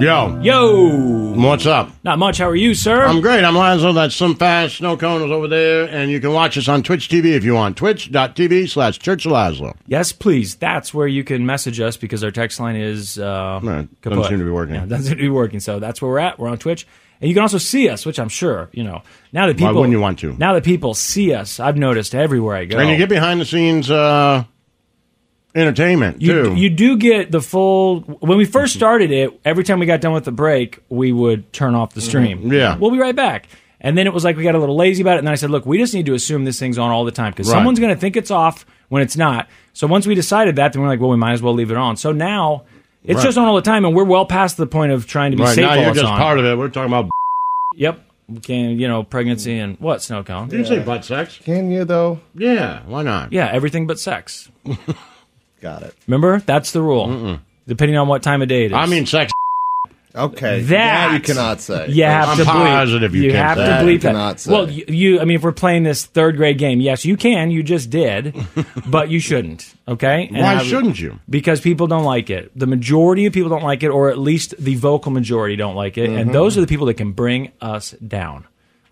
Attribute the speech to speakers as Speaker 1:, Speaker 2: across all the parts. Speaker 1: Yo.
Speaker 2: Yo.
Speaker 1: What's up?
Speaker 2: Not much. How are you, sir?
Speaker 1: I'm great. I'm Lonzo. That's some fast snow cone is over there, and you can watch us on Twitch TV if you want. Twitch.tv slash Church Laszlo.
Speaker 2: Yes, please. That's where you can message us because our text line is uh
Speaker 1: no, doesn't seem to be working.
Speaker 2: Yeah, doesn't seem to be working. So that's where we're at. We're on Twitch. And you can also see us, which I'm sure, you know. Now that people
Speaker 1: Why wouldn't you want to?
Speaker 2: Now that people see us, I've noticed everywhere I go.
Speaker 1: And you get behind the scenes uh entertainment
Speaker 2: you,
Speaker 1: too.
Speaker 2: You do get the full. When we first started it, every time we got done with the break, we would turn off the stream.
Speaker 1: Mm-hmm. Yeah,
Speaker 2: we'll be right back. And then it was like we got a little lazy about it. And then I said, look, we just need to assume this thing's on all the time because
Speaker 1: Right.
Speaker 2: someone's going to think it's off when it's not. So once we decided that, then we're like, well, we might as well leave it on. So now it's
Speaker 1: Right.
Speaker 2: just on all the time, and we're well past the point of trying to be
Speaker 1: right
Speaker 2: safe.
Speaker 1: now
Speaker 2: while
Speaker 1: you're
Speaker 2: it's
Speaker 1: just
Speaker 2: on.
Speaker 1: part of it. We're talking about.
Speaker 2: Yep. We Can you know pregnancy and what snow cone?
Speaker 1: Did you say butt sex?
Speaker 3: Can you though?
Speaker 1: Yeah. Why not?
Speaker 2: Yeah, everything but sex.
Speaker 3: Got it.
Speaker 2: Remember, that's the rule. Depending on what time of day it is.
Speaker 1: I mean sex.
Speaker 3: Okay.
Speaker 2: That-
Speaker 3: you cannot say.
Speaker 2: You have
Speaker 1: I'm
Speaker 2: to bleep.
Speaker 1: positive you can't
Speaker 2: have
Speaker 1: say
Speaker 2: to
Speaker 1: that.
Speaker 2: bleep
Speaker 3: You
Speaker 2: that.
Speaker 3: cannot say.
Speaker 2: Well, you, you. I mean, if we're playing this third grade game, yes, you can. You just did, but you shouldn't. Okay. And I
Speaker 1: Why
Speaker 2: would-
Speaker 1: shouldn't you?
Speaker 2: Because people don't like it. The majority of people don't like it, or at least the vocal majority don't like it,
Speaker 3: Mm-hmm.
Speaker 2: and those are the people that can bring us down.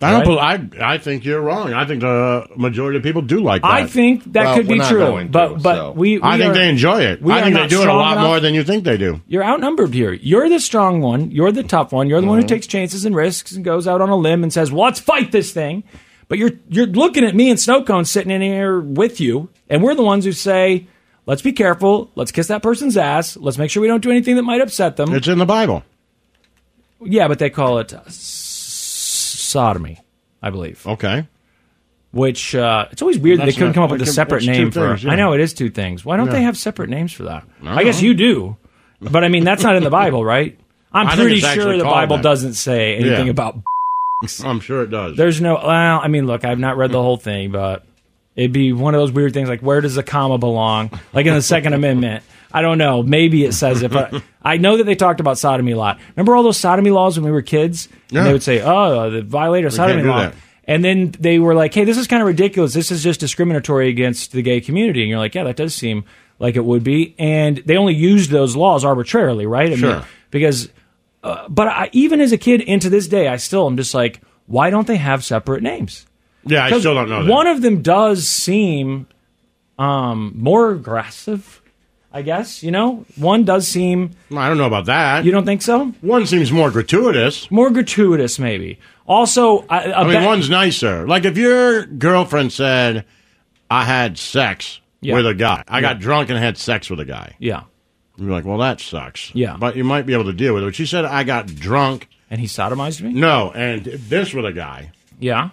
Speaker 1: I don't.
Speaker 2: Right?
Speaker 1: bel- I I think you're wrong. I think the majority of people do like that.
Speaker 2: I think that
Speaker 3: Well,
Speaker 2: could
Speaker 3: we're
Speaker 2: be
Speaker 3: not
Speaker 2: true,
Speaker 3: going to,
Speaker 2: but but
Speaker 3: so.
Speaker 2: we, we
Speaker 1: I think
Speaker 2: are-
Speaker 1: they enjoy it.
Speaker 2: we
Speaker 1: I
Speaker 2: are
Speaker 1: think they
Speaker 2: not
Speaker 1: do it a
Speaker 2: strong
Speaker 1: lot
Speaker 2: enough-
Speaker 1: more than you think they do.
Speaker 2: You're outnumbered here. You're the strong one. You're the tough one. You're the one who takes chances and risks and goes out on a limb and says, well, "Let's fight this thing." But you're you're looking at me and Snowcone sitting in here with you, and we're the ones who say, "Let's be careful. Let's kiss that person's ass. Let's make sure we don't do anything that might upset them."
Speaker 1: It's in the Bible.
Speaker 2: yeah, but they call it uh, s- sodomy, I believe.
Speaker 1: Okay.
Speaker 2: Which uh, it's always weird that they
Speaker 1: That's
Speaker 2: couldn't
Speaker 1: not-
Speaker 2: come up with a
Speaker 1: like,
Speaker 2: separate
Speaker 1: it's two
Speaker 2: name for.
Speaker 1: things, yeah.
Speaker 2: I know it is two things. Why don't they have separate names for that? I, guess you do, but I mean that's not in the Bible, right? I'm
Speaker 1: I think
Speaker 2: pretty
Speaker 1: it's
Speaker 2: sure
Speaker 1: actually
Speaker 2: the
Speaker 1: called
Speaker 2: Bible
Speaker 1: that.
Speaker 2: doesn't say anything
Speaker 1: Yeah.
Speaker 2: about.
Speaker 1: I'm sure it does.
Speaker 2: There's no. Well, I mean, look, I've not read the whole thing, but it'd be one of those weird things. Like, where does the comma belong? Like in the Second Amendment, I don't know. Maybe it says it, but I know that they talked about sodomy a lot. Remember all those sodomy laws when we were kids? And
Speaker 1: Yeah.
Speaker 2: they would say, "Oh, the violator of sodomy
Speaker 1: can't do
Speaker 2: law."
Speaker 1: that.
Speaker 2: And then they were like, "Hey, this is kind of ridiculous. This is just discriminatory against the gay community." And you're like, "Yeah, that does seem like it would be." And they only used those laws arbitrarily, right? I
Speaker 1: Sure.
Speaker 2: because, uh, but I, even as a kid, and to this day, I still am just like, why don't they have separate names?
Speaker 1: yeah, I
Speaker 2: 'Cause
Speaker 1: still don't know. That.
Speaker 2: One of them does seem um, more aggressive, I guess. You know, one does seem.
Speaker 1: I don't know about that.
Speaker 2: You don't think so?
Speaker 1: one seems more gratuitous.
Speaker 2: More gratuitous, maybe. Also, I, a
Speaker 1: I mean,
Speaker 2: ba-
Speaker 1: one's nicer. Like if your girlfriend said, "I had sex
Speaker 2: Yeah.
Speaker 1: with a guy. I got drunk and had sex with a guy."
Speaker 2: yeah,
Speaker 1: You're like, "Well, that sucks."
Speaker 2: Yeah.
Speaker 1: but you might be able to deal with it. But she said, "I got drunk."
Speaker 2: and he sodomized me.
Speaker 1: No, and this with a guy.
Speaker 2: Yeah,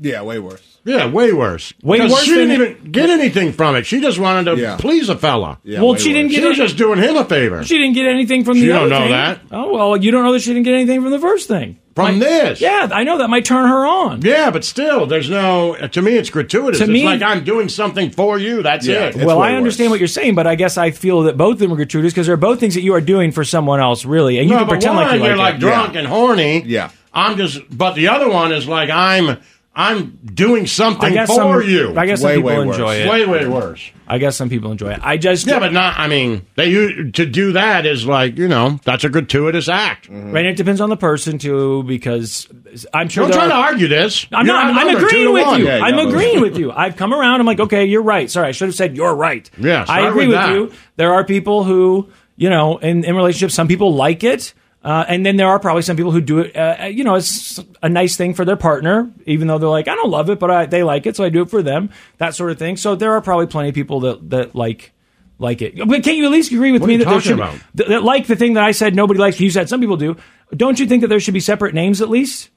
Speaker 3: Yeah, way worse.
Speaker 1: Yeah, way worse.
Speaker 2: Way
Speaker 1: 'Cause
Speaker 2: worse
Speaker 1: She didn't
Speaker 2: than-
Speaker 1: even get anything from it. She just wanted to
Speaker 2: Yeah.
Speaker 1: please a fella.
Speaker 2: well, she didn't get.
Speaker 1: She was
Speaker 2: any-
Speaker 1: just doing him a favor.
Speaker 2: She didn't get anything from
Speaker 1: She
Speaker 2: the.
Speaker 1: don't
Speaker 2: other
Speaker 1: know
Speaker 2: thing.
Speaker 1: that.
Speaker 2: Oh well, you don't know that she didn't get anything from the first thing.
Speaker 1: From this.
Speaker 2: Yeah, I know that might turn her on.
Speaker 1: Yeah, but still, there's no. To me, it's gratuitous.
Speaker 2: To
Speaker 1: it's
Speaker 2: me-
Speaker 1: like I'm doing something for you. That's it.
Speaker 2: well, I understand what you're saying, but I guess I feel that both of them are gratuitous because they're both things that you are doing for someone else, really, and you
Speaker 1: no,
Speaker 2: can
Speaker 1: but
Speaker 2: pretend
Speaker 1: one,
Speaker 2: like you like
Speaker 1: you're
Speaker 2: it.
Speaker 1: like drunk and horny.
Speaker 2: Yeah.
Speaker 1: I'm just. But the other one is like I'm. I'm doing
Speaker 2: I
Speaker 1: something
Speaker 2: guess
Speaker 1: for
Speaker 2: some,
Speaker 1: you.
Speaker 2: I guess some people enjoy it.
Speaker 1: Way way worse.
Speaker 2: I guess some people enjoy it. I just
Speaker 1: yeah, but not. I mean, they u- to do that is like you know that's a gratuitous act.
Speaker 3: Mm-hmm.
Speaker 2: Right, and it depends on the person too, because I'm sure.
Speaker 1: Don't
Speaker 2: there
Speaker 1: try
Speaker 2: are-
Speaker 1: to argue this.
Speaker 2: I'm
Speaker 1: You're
Speaker 2: not. I'm,
Speaker 1: outnumbered two
Speaker 2: agreeing
Speaker 1: to
Speaker 2: with
Speaker 1: one.
Speaker 2: you. I'm agreeing with you. I've come around. I'm like, okay, you're right. Sorry, I should have said you're right.
Speaker 1: Yeah,
Speaker 2: I
Speaker 1: start
Speaker 2: agree
Speaker 1: with
Speaker 2: with,
Speaker 1: that.
Speaker 2: you. There are people who, you know, in, in relationships, some people like it. Uh, and then there are probably some people who do it, uh, you know, it's a nice thing for their partner, even though they're like, I don't love it, but I, they like it, so I do it for them, that sort of thing. So there are probably plenty of people that, that like like it. But can't you at least agree with
Speaker 1: What
Speaker 2: me
Speaker 1: are you
Speaker 2: that there
Speaker 1: talking
Speaker 2: should
Speaker 1: about?
Speaker 2: th- that like the thing that I said nobody likes? You said some people do. Don't you think that there should be separate names at least?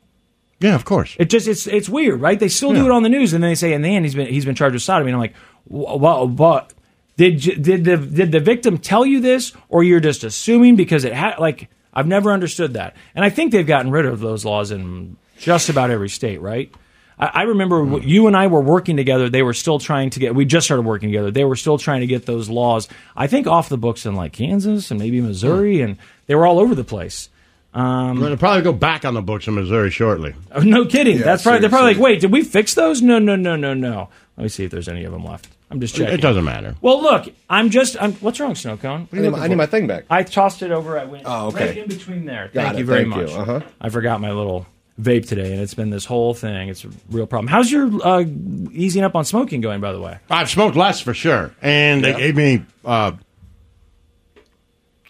Speaker 1: Yeah, of course.
Speaker 2: It just it's it's weird, right? They still do it on the news, and then they say, "And then he's been he's been charged with sodomy." And I'm like, "Well, but did you, did the did the victim tell you this, or you're just assuming because it had like I've never understood that." And I think they've gotten rid of those laws in just about every state, right? I, I remember w you and I were working together. They were still trying to get. We just started working together. They were still trying to get those laws. I think off the books in like Kansas and maybe Missouri, and they were all over the place. Um,
Speaker 1: I'm going to probably go back on the books in Missouri shortly.
Speaker 2: Oh, no kidding.
Speaker 1: Yeah,
Speaker 2: That's probably they're probably
Speaker 1: seriously.
Speaker 2: like, wait, did we fix those? No, no, no, no, no. Let me see if there's any of them left. I'm just checking.
Speaker 1: It doesn't matter.
Speaker 2: Well, look, I'm just. I'm, what's wrong, Snow Cone? What are
Speaker 3: I
Speaker 2: you
Speaker 3: need,
Speaker 2: looking
Speaker 3: my, I need
Speaker 2: for?
Speaker 3: my thing back.
Speaker 2: I tossed it over at Win.
Speaker 3: Oh, okay.
Speaker 2: Right in between there.
Speaker 3: Got
Speaker 2: Thank
Speaker 3: it.
Speaker 2: you very
Speaker 3: Thank
Speaker 2: much.
Speaker 3: you. Uh-huh.
Speaker 2: I forgot my little vape today, and it's been this whole thing. It's a real problem. How's your uh, easing up on smoking going, by the way?
Speaker 1: I've smoked less for sure, and they gave me uh,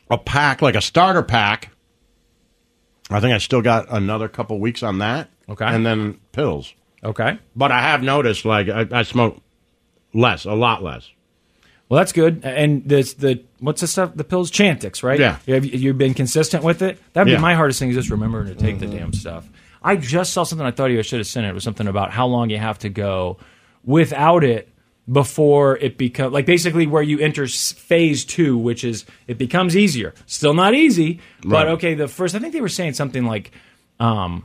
Speaker 1: a pack, like a starter pack. I think I still got another couple weeks on that. Okay, and then pills.
Speaker 2: Okay,
Speaker 1: but I have noticed like I, I smoke less, a lot less.
Speaker 2: Well, that's good. And this the what's the stuff? The pills, Chantix, right?
Speaker 1: Yeah.
Speaker 2: Have you, you've been consistent with it. That'd
Speaker 1: Yeah.
Speaker 2: be my hardest thing is just remembering to take the damn stuff. I just saw something I thought you should have sent it. It was something about how long you have to go without it before it becomes like basically where you enter s- phase two, which is it becomes easier. Still not easy, but
Speaker 4: Right.
Speaker 2: okay. The first, I think they were saying something like, um,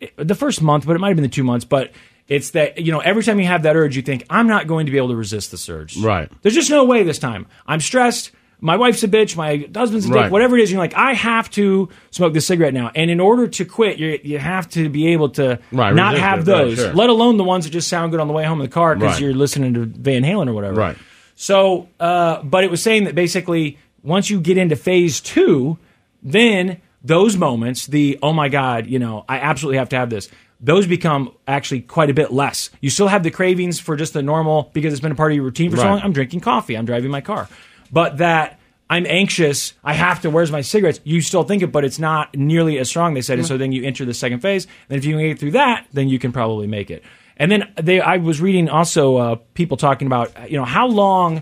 Speaker 2: it- the first month, but it might have been the two months. But it's that you know every time you have that urge, you think I'm not going to be able to resist this urge.
Speaker 1: Right.
Speaker 2: There's just no way this time. I'm stressed. My wife's a bitch. My husband's a dick.
Speaker 1: Right.
Speaker 2: Whatever it is, you're like, I have to smoke this cigarette now. And in order to quit, you you have to be able to
Speaker 1: Right,
Speaker 2: not
Speaker 1: resist
Speaker 2: have
Speaker 1: it. Right,
Speaker 2: those,
Speaker 1: sure.
Speaker 2: let alone the ones that just sound good on the way home in the car because
Speaker 1: Right.
Speaker 2: you're listening to Van Halen or whatever.
Speaker 1: Right.
Speaker 2: So, uh, but it was saying that basically once you get into phase two, then those moments, the oh my god, you know, I absolutely have to have this. Those become actually quite a bit less. You still have the cravings for just the normal because it's been a part of your routine for so
Speaker 4: Right.
Speaker 2: long. I'm drinking coffee, I'm driving my car, but that. I'm anxious. I have to. Where's my cigarettes? You still think it, but it's not nearly as strong. They said, and so then you enter the second phase. And if you can get through that, then you can probably make it. And then they, I was reading also uh, people talking about, you know, how long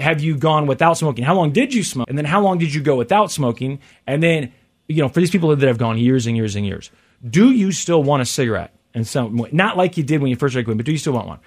Speaker 2: have you gone without smoking? How long did you smoke? And then how long did you go without smoking? And then, you know, for these people that have gone years and years and years, do you still want a cigarette? And some, not like you did when you first started quitting, but do you still want one?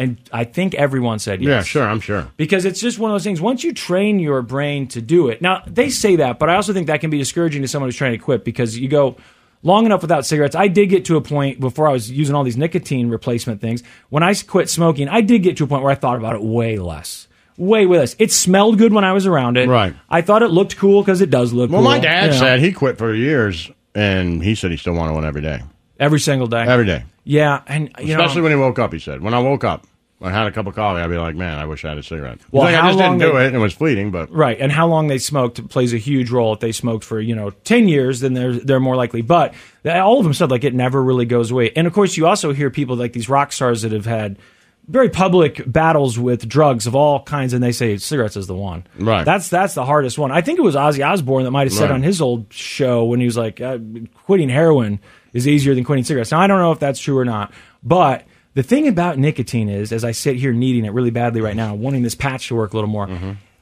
Speaker 2: And I think everyone said yes.
Speaker 1: Yeah, sure, I'm sure.
Speaker 2: Because it's just one of those things. Once you train your brain to do it, now they say that, but I also think that can be discouraging to someone who's trying to quit because you go long enough without cigarettes. I did get to a point before I was using all these nicotine replacement things. When I quit smoking, I did get to a point where I thought about it way less. Way way less. It smelled good when I was around it. Right. I thought it looked cool because it does look
Speaker 1: Well,
Speaker 2: cool.
Speaker 1: my dad
Speaker 2: you know,
Speaker 1: said he quit for years, and he said he still wanted one every day,
Speaker 2: every single day,
Speaker 1: every day.
Speaker 2: Yeah, and you know,
Speaker 1: Especially when he woke up, he said. When I woke up, I had a cup of coffee. I'd be like, man, I wish I had a cigarette. He's
Speaker 2: Well,
Speaker 1: like, I
Speaker 2: how
Speaker 1: just didn't
Speaker 2: long
Speaker 1: do
Speaker 2: they-
Speaker 1: it, and it was fleeting, but
Speaker 2: Right, and how long they smoked plays a huge role. If they smoked for you know ten years, then they're they're more likely. But th- all of them said like it never really goes away. And of course, you also hear people like these rock stars that have had very public battles with drugs of all kinds, and they say cigarettes is the one.
Speaker 1: Right.
Speaker 2: That's that's the hardest one. I think it was Ozzy Osbourne that might have said
Speaker 1: Right.
Speaker 2: on his old show when he was like, uh, quitting heroin is easier than quitting cigarettes. Now I don't know if that's true or not, but the thing about nicotine is, as I sit here needing it really badly right now,
Speaker 1: Mm-hmm.
Speaker 2: wanting this patch to work a little more,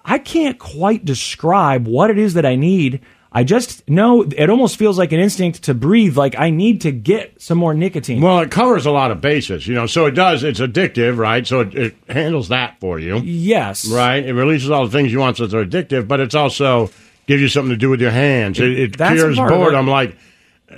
Speaker 2: I can't quite describe what it is that I need. I just know it almost feels like an instinct to breathe. Like I need to get some more nicotine.
Speaker 1: Well, it covers a lot of bases, you know. So it does. It's addictive, right? So it, it handles that for you.
Speaker 2: Yes.
Speaker 1: Right. It releases all the things you want, so they're addictive. But it's also gives you something to do with your hands. It, it
Speaker 2: That's a
Speaker 1: cures
Speaker 2: part of it.
Speaker 1: boredom. Like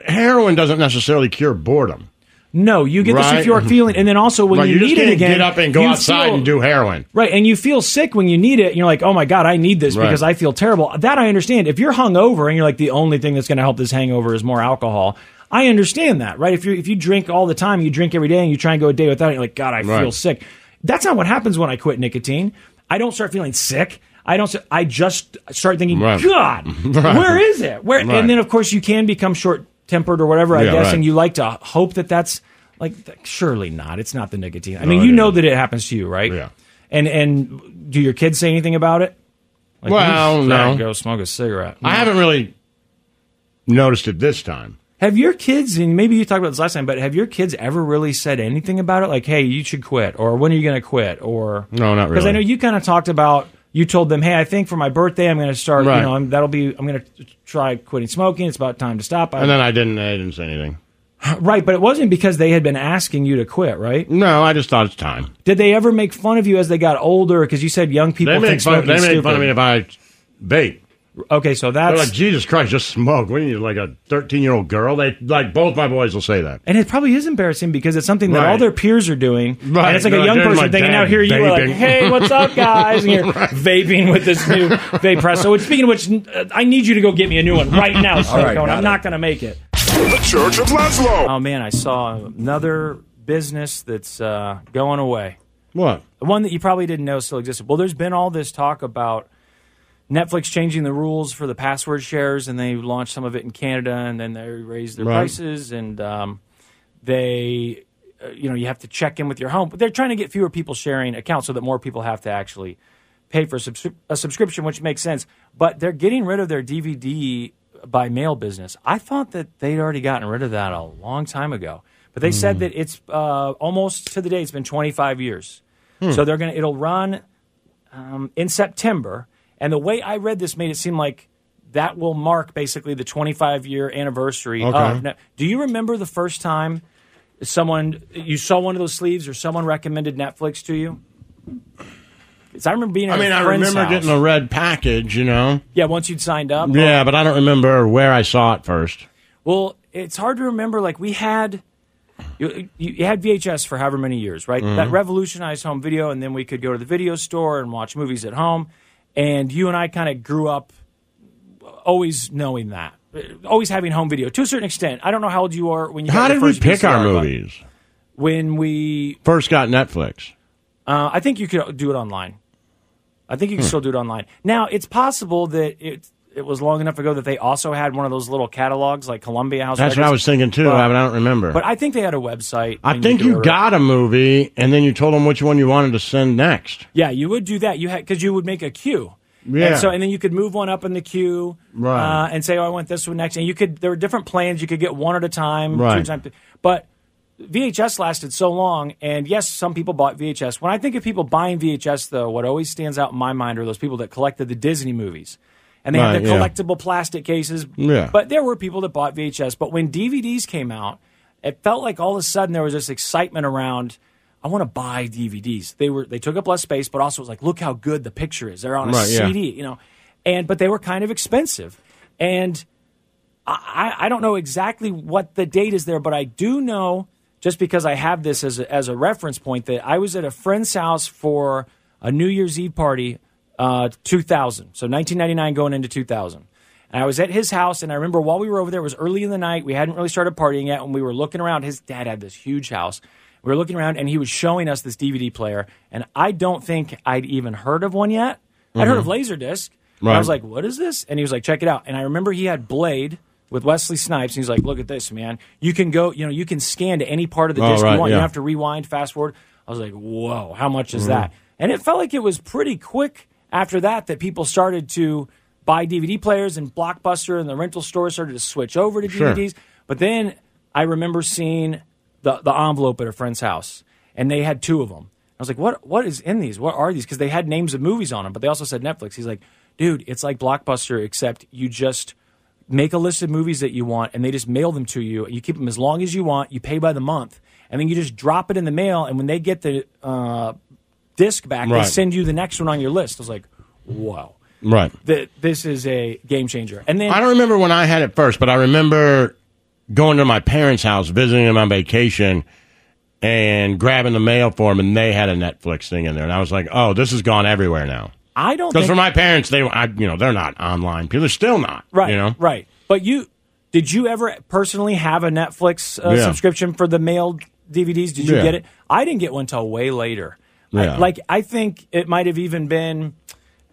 Speaker 1: heroin doesn't necessarily cure boredom.
Speaker 2: No, you get this
Speaker 1: Right.
Speaker 2: euphoric feeling, and then also when
Speaker 1: Right,
Speaker 2: you,
Speaker 1: you just
Speaker 2: need it
Speaker 1: can't
Speaker 2: again,
Speaker 1: get up and go
Speaker 2: you
Speaker 1: outside
Speaker 2: feel-
Speaker 1: and do heroin.
Speaker 2: Right, and you feel sick when you need it. And you're like, oh my god, I need this
Speaker 1: Right.
Speaker 2: because I feel terrible. That I understand. If you're hungover and you're like, the only thing that's going to help this hangover is more alcohol. I understand that, right? If you if you drink all the time, you drink every day, and you try and go a day without it, you're like, God, I feel
Speaker 1: Right.
Speaker 2: sick. That's not what happens when I quit nicotine. I don't start feeling sick. I don't. s- I just start thinking,
Speaker 1: Right.
Speaker 2: God,
Speaker 1: Right.
Speaker 2: where is it? Where?
Speaker 1: Right.
Speaker 2: And then of course you can become short tempered or whatever. I
Speaker 1: Yeah,
Speaker 2: guess,
Speaker 1: right.
Speaker 2: and you like to hope that that's like th- surely not. It's not the nicotine. I
Speaker 1: No,
Speaker 2: mean,
Speaker 1: it
Speaker 2: you know
Speaker 1: isn't.
Speaker 2: that it happens to you, right?
Speaker 1: Yeah.
Speaker 2: And and do your kids say anything about it? Like,
Speaker 1: Well,
Speaker 2: "Oof,
Speaker 1: no.
Speaker 2: Dad, Go smoke a cigarette.
Speaker 1: I haven't really noticed it this time.
Speaker 2: Have your kids, and maybe you talked about this last time, but have your kids ever really said anything about it? Like, hey, you should quit, or when are you going to quit, or
Speaker 1: No, not
Speaker 2: because I
Speaker 1: really.
Speaker 2: know you kind of talked about. You told them, "Hey, I think for my birthday, I'm going to start.
Speaker 1: Right.
Speaker 2: You know, I'm, that'll be. I'm going to try quitting smoking. It's about time to stop." I,
Speaker 1: And then I didn't. I didn't say anything.
Speaker 2: right, but it wasn't because they had been asking you to quit, right?
Speaker 1: No, I just thought it's time.
Speaker 2: Did they ever make fun of you as they got older? Because you said young people
Speaker 1: They
Speaker 2: think
Speaker 1: make fun.
Speaker 2: smoking's
Speaker 1: They make
Speaker 2: stupid.
Speaker 1: fun of me if I vape.
Speaker 2: okay, so
Speaker 1: They're
Speaker 2: that's
Speaker 1: like, Jesus Christ, just smoke. What are you, like a 13 year old girl? They Like, both my boys will say that.
Speaker 2: And it probably is embarrassing because it's something that
Speaker 1: Right.
Speaker 2: all their peers are doing.
Speaker 1: Right.
Speaker 2: And it's like
Speaker 1: They're
Speaker 2: a
Speaker 1: like,
Speaker 2: young
Speaker 1: "There's
Speaker 2: person
Speaker 1: my
Speaker 2: thinking,
Speaker 1: dad
Speaker 2: now here you are, like,
Speaker 1: vaping."
Speaker 2: hey, what's up, guys? And you're
Speaker 1: Right.
Speaker 2: vaping with this new vape press. So, it's- speaking of which, uh, I need you to go get me a new one right now, Snowcone.
Speaker 3: right, got
Speaker 2: I'm
Speaker 3: it.
Speaker 2: not going to make it.
Speaker 5: The Church of Laszlo.
Speaker 2: Oh, man, I saw another business that's uh, going away.
Speaker 1: What?
Speaker 2: One that you probably didn't know still existed. Well, there's been all this talk about Netflix changing the rules for the password shares, and they launched some of it in Canada, and then they raised their
Speaker 1: Right.
Speaker 2: prices, and um, they, uh, you know, you have to check in with your home. But they're trying to get fewer people sharing accounts so that more people have to actually pay for a, subscri- a subscription, which makes sense. But they're getting rid of their DVD by mail business. I thought that they'd already gotten rid of that a long time ago, but they said that it's uh, almost to the day. It's been 25 years,
Speaker 1: Hmm.
Speaker 2: so they're gonna it'll run um, in September. And the way I read this made it seem like that will mark basically the 25 year anniversary. Of, Now, do you remember the first time someone you saw one of those sleeves or someone recommended Netflix to you? 'Cause I remember being. At
Speaker 1: I mean,
Speaker 2: a
Speaker 1: I
Speaker 2: friend's
Speaker 1: remember
Speaker 2: house.
Speaker 1: getting a red package, you know?
Speaker 2: yeah. Once you'd signed up.
Speaker 1: Yeah, but I don't remember where I saw it first.
Speaker 2: Well, it's hard to remember. Like we had, you, you you had VHS for however many years, right?
Speaker 1: Mm-hmm.
Speaker 2: That revolutionized home video, and then we could go to the video store and watch movies at home. And you and I kind of grew up uh, always knowing that, uh, always having home video to a certain extent. I don't know how old you are when you.
Speaker 1: How
Speaker 2: got your
Speaker 1: did we
Speaker 2: first
Speaker 1: pick our
Speaker 2: VCR, but
Speaker 1: movies?
Speaker 2: When we,
Speaker 1: First got Netflix.
Speaker 2: uh, I think you could do it online. I think you
Speaker 1: Hmm.
Speaker 2: can still do it online. Now it's possible that it it was long enough ago that they also had one of those little catalogs like Columbia House.
Speaker 1: That's what
Speaker 2: Records.
Speaker 1: I was thinking, too.
Speaker 2: But-
Speaker 1: I, mean, I don't remember.
Speaker 2: but I think they had a website.
Speaker 1: I
Speaker 2: and
Speaker 1: think
Speaker 2: could
Speaker 1: you
Speaker 2: order-
Speaker 1: got a movie, and then you told them which one you wanted to send next.
Speaker 2: Yeah, you would do that. You had because you would make a queue.
Speaker 1: Yeah.
Speaker 2: And so and then you could move one up in the queue,
Speaker 1: Right.
Speaker 2: Uh, and say, "Oh, I want this one next." And you could there were different plans. You could get one at a time, two
Speaker 1: Right.
Speaker 2: times- But VHS lasted so long, and yes, some people bought VHS. When I think of people buying VHS, though, what always stands out in my mind are those people that collected the Disney movies, and they
Speaker 1: Right,
Speaker 2: had the
Speaker 1: yeah.
Speaker 2: collectible plastic cases.
Speaker 1: Yeah.
Speaker 2: But there were people that bought VHS. But when DVDs came out, it felt like all of a sudden there was this excitement around. I want to buy DVDs. They were they took up less space, but also it was like, look how good the picture is. They're on a
Speaker 1: Right, yeah.
Speaker 2: CD, you know, and but they were kind of expensive, and I, I don't know exactly what the date is there, but I do know just because I have this as a, as a reference point that I was at a friend's house for a New Year's Eve party, uh, 2000. So 1999 going into 2000. And I was at his house, and I remember while we were over there, it was early in the night. We hadn't really started partying yet, and we were looking around. His dad had this huge house. We were looking around, and he was showing us this DVD player, and I don't think I'd even heard of one yet. I'd heard of Laserdisc. And I
Speaker 1: Right.
Speaker 2: was like, what is this? And he was like, check it out. And I remember he had Blade with Wesley Snipes. And he's like, look at this, man. You can go, you know, you can scan to any part of the
Speaker 1: Oh,
Speaker 2: disc you
Speaker 1: right,
Speaker 2: want. You
Speaker 1: yeah. Mm-hmm.
Speaker 2: don't have to rewind, fast forward. I was like, whoa, how much is that? And it felt like it was pretty quick after that that people started to buy DVD players and Blockbuster and the rental store started to switch over to
Speaker 1: Sure.
Speaker 2: DVDs. But then I remember seeing the, the envelope at a friend's house, and they had two of them. I was like, "What? What is in these? What are these?" Because they had names of movies on them, but they also said Netflix. He's like, "Dude, it's like Blockbuster, except you just make a list of movies that you want and they just mail them to you. You keep them as long as you want. You pay by the month. And then you just drop it in the mail. And when they get the uh, disc back,
Speaker 1: Right.
Speaker 2: they send you the next one on your list. I was like, wow.
Speaker 1: Right.
Speaker 2: Th- this is a game changer. And then
Speaker 1: I don't remember when I had it first, but I remember going to my parents' house, visiting them on vacation, and grabbing the mail for them, and they had a Netflix thing in there, and I was like, "Oh, this has gone everywhere now."
Speaker 2: I don't
Speaker 1: Because
Speaker 2: think
Speaker 1: for my parents, they, I, you know, they're not online. People are still not.
Speaker 2: Right.
Speaker 1: You know.
Speaker 2: Right. But you did you ever personally have a Netflix uh,
Speaker 1: Yeah.
Speaker 2: subscription for the mailed DVDs? Did you
Speaker 1: Yeah.
Speaker 2: get it? I didn't get one till way later. I-
Speaker 1: Yeah.
Speaker 2: like I think it might have even been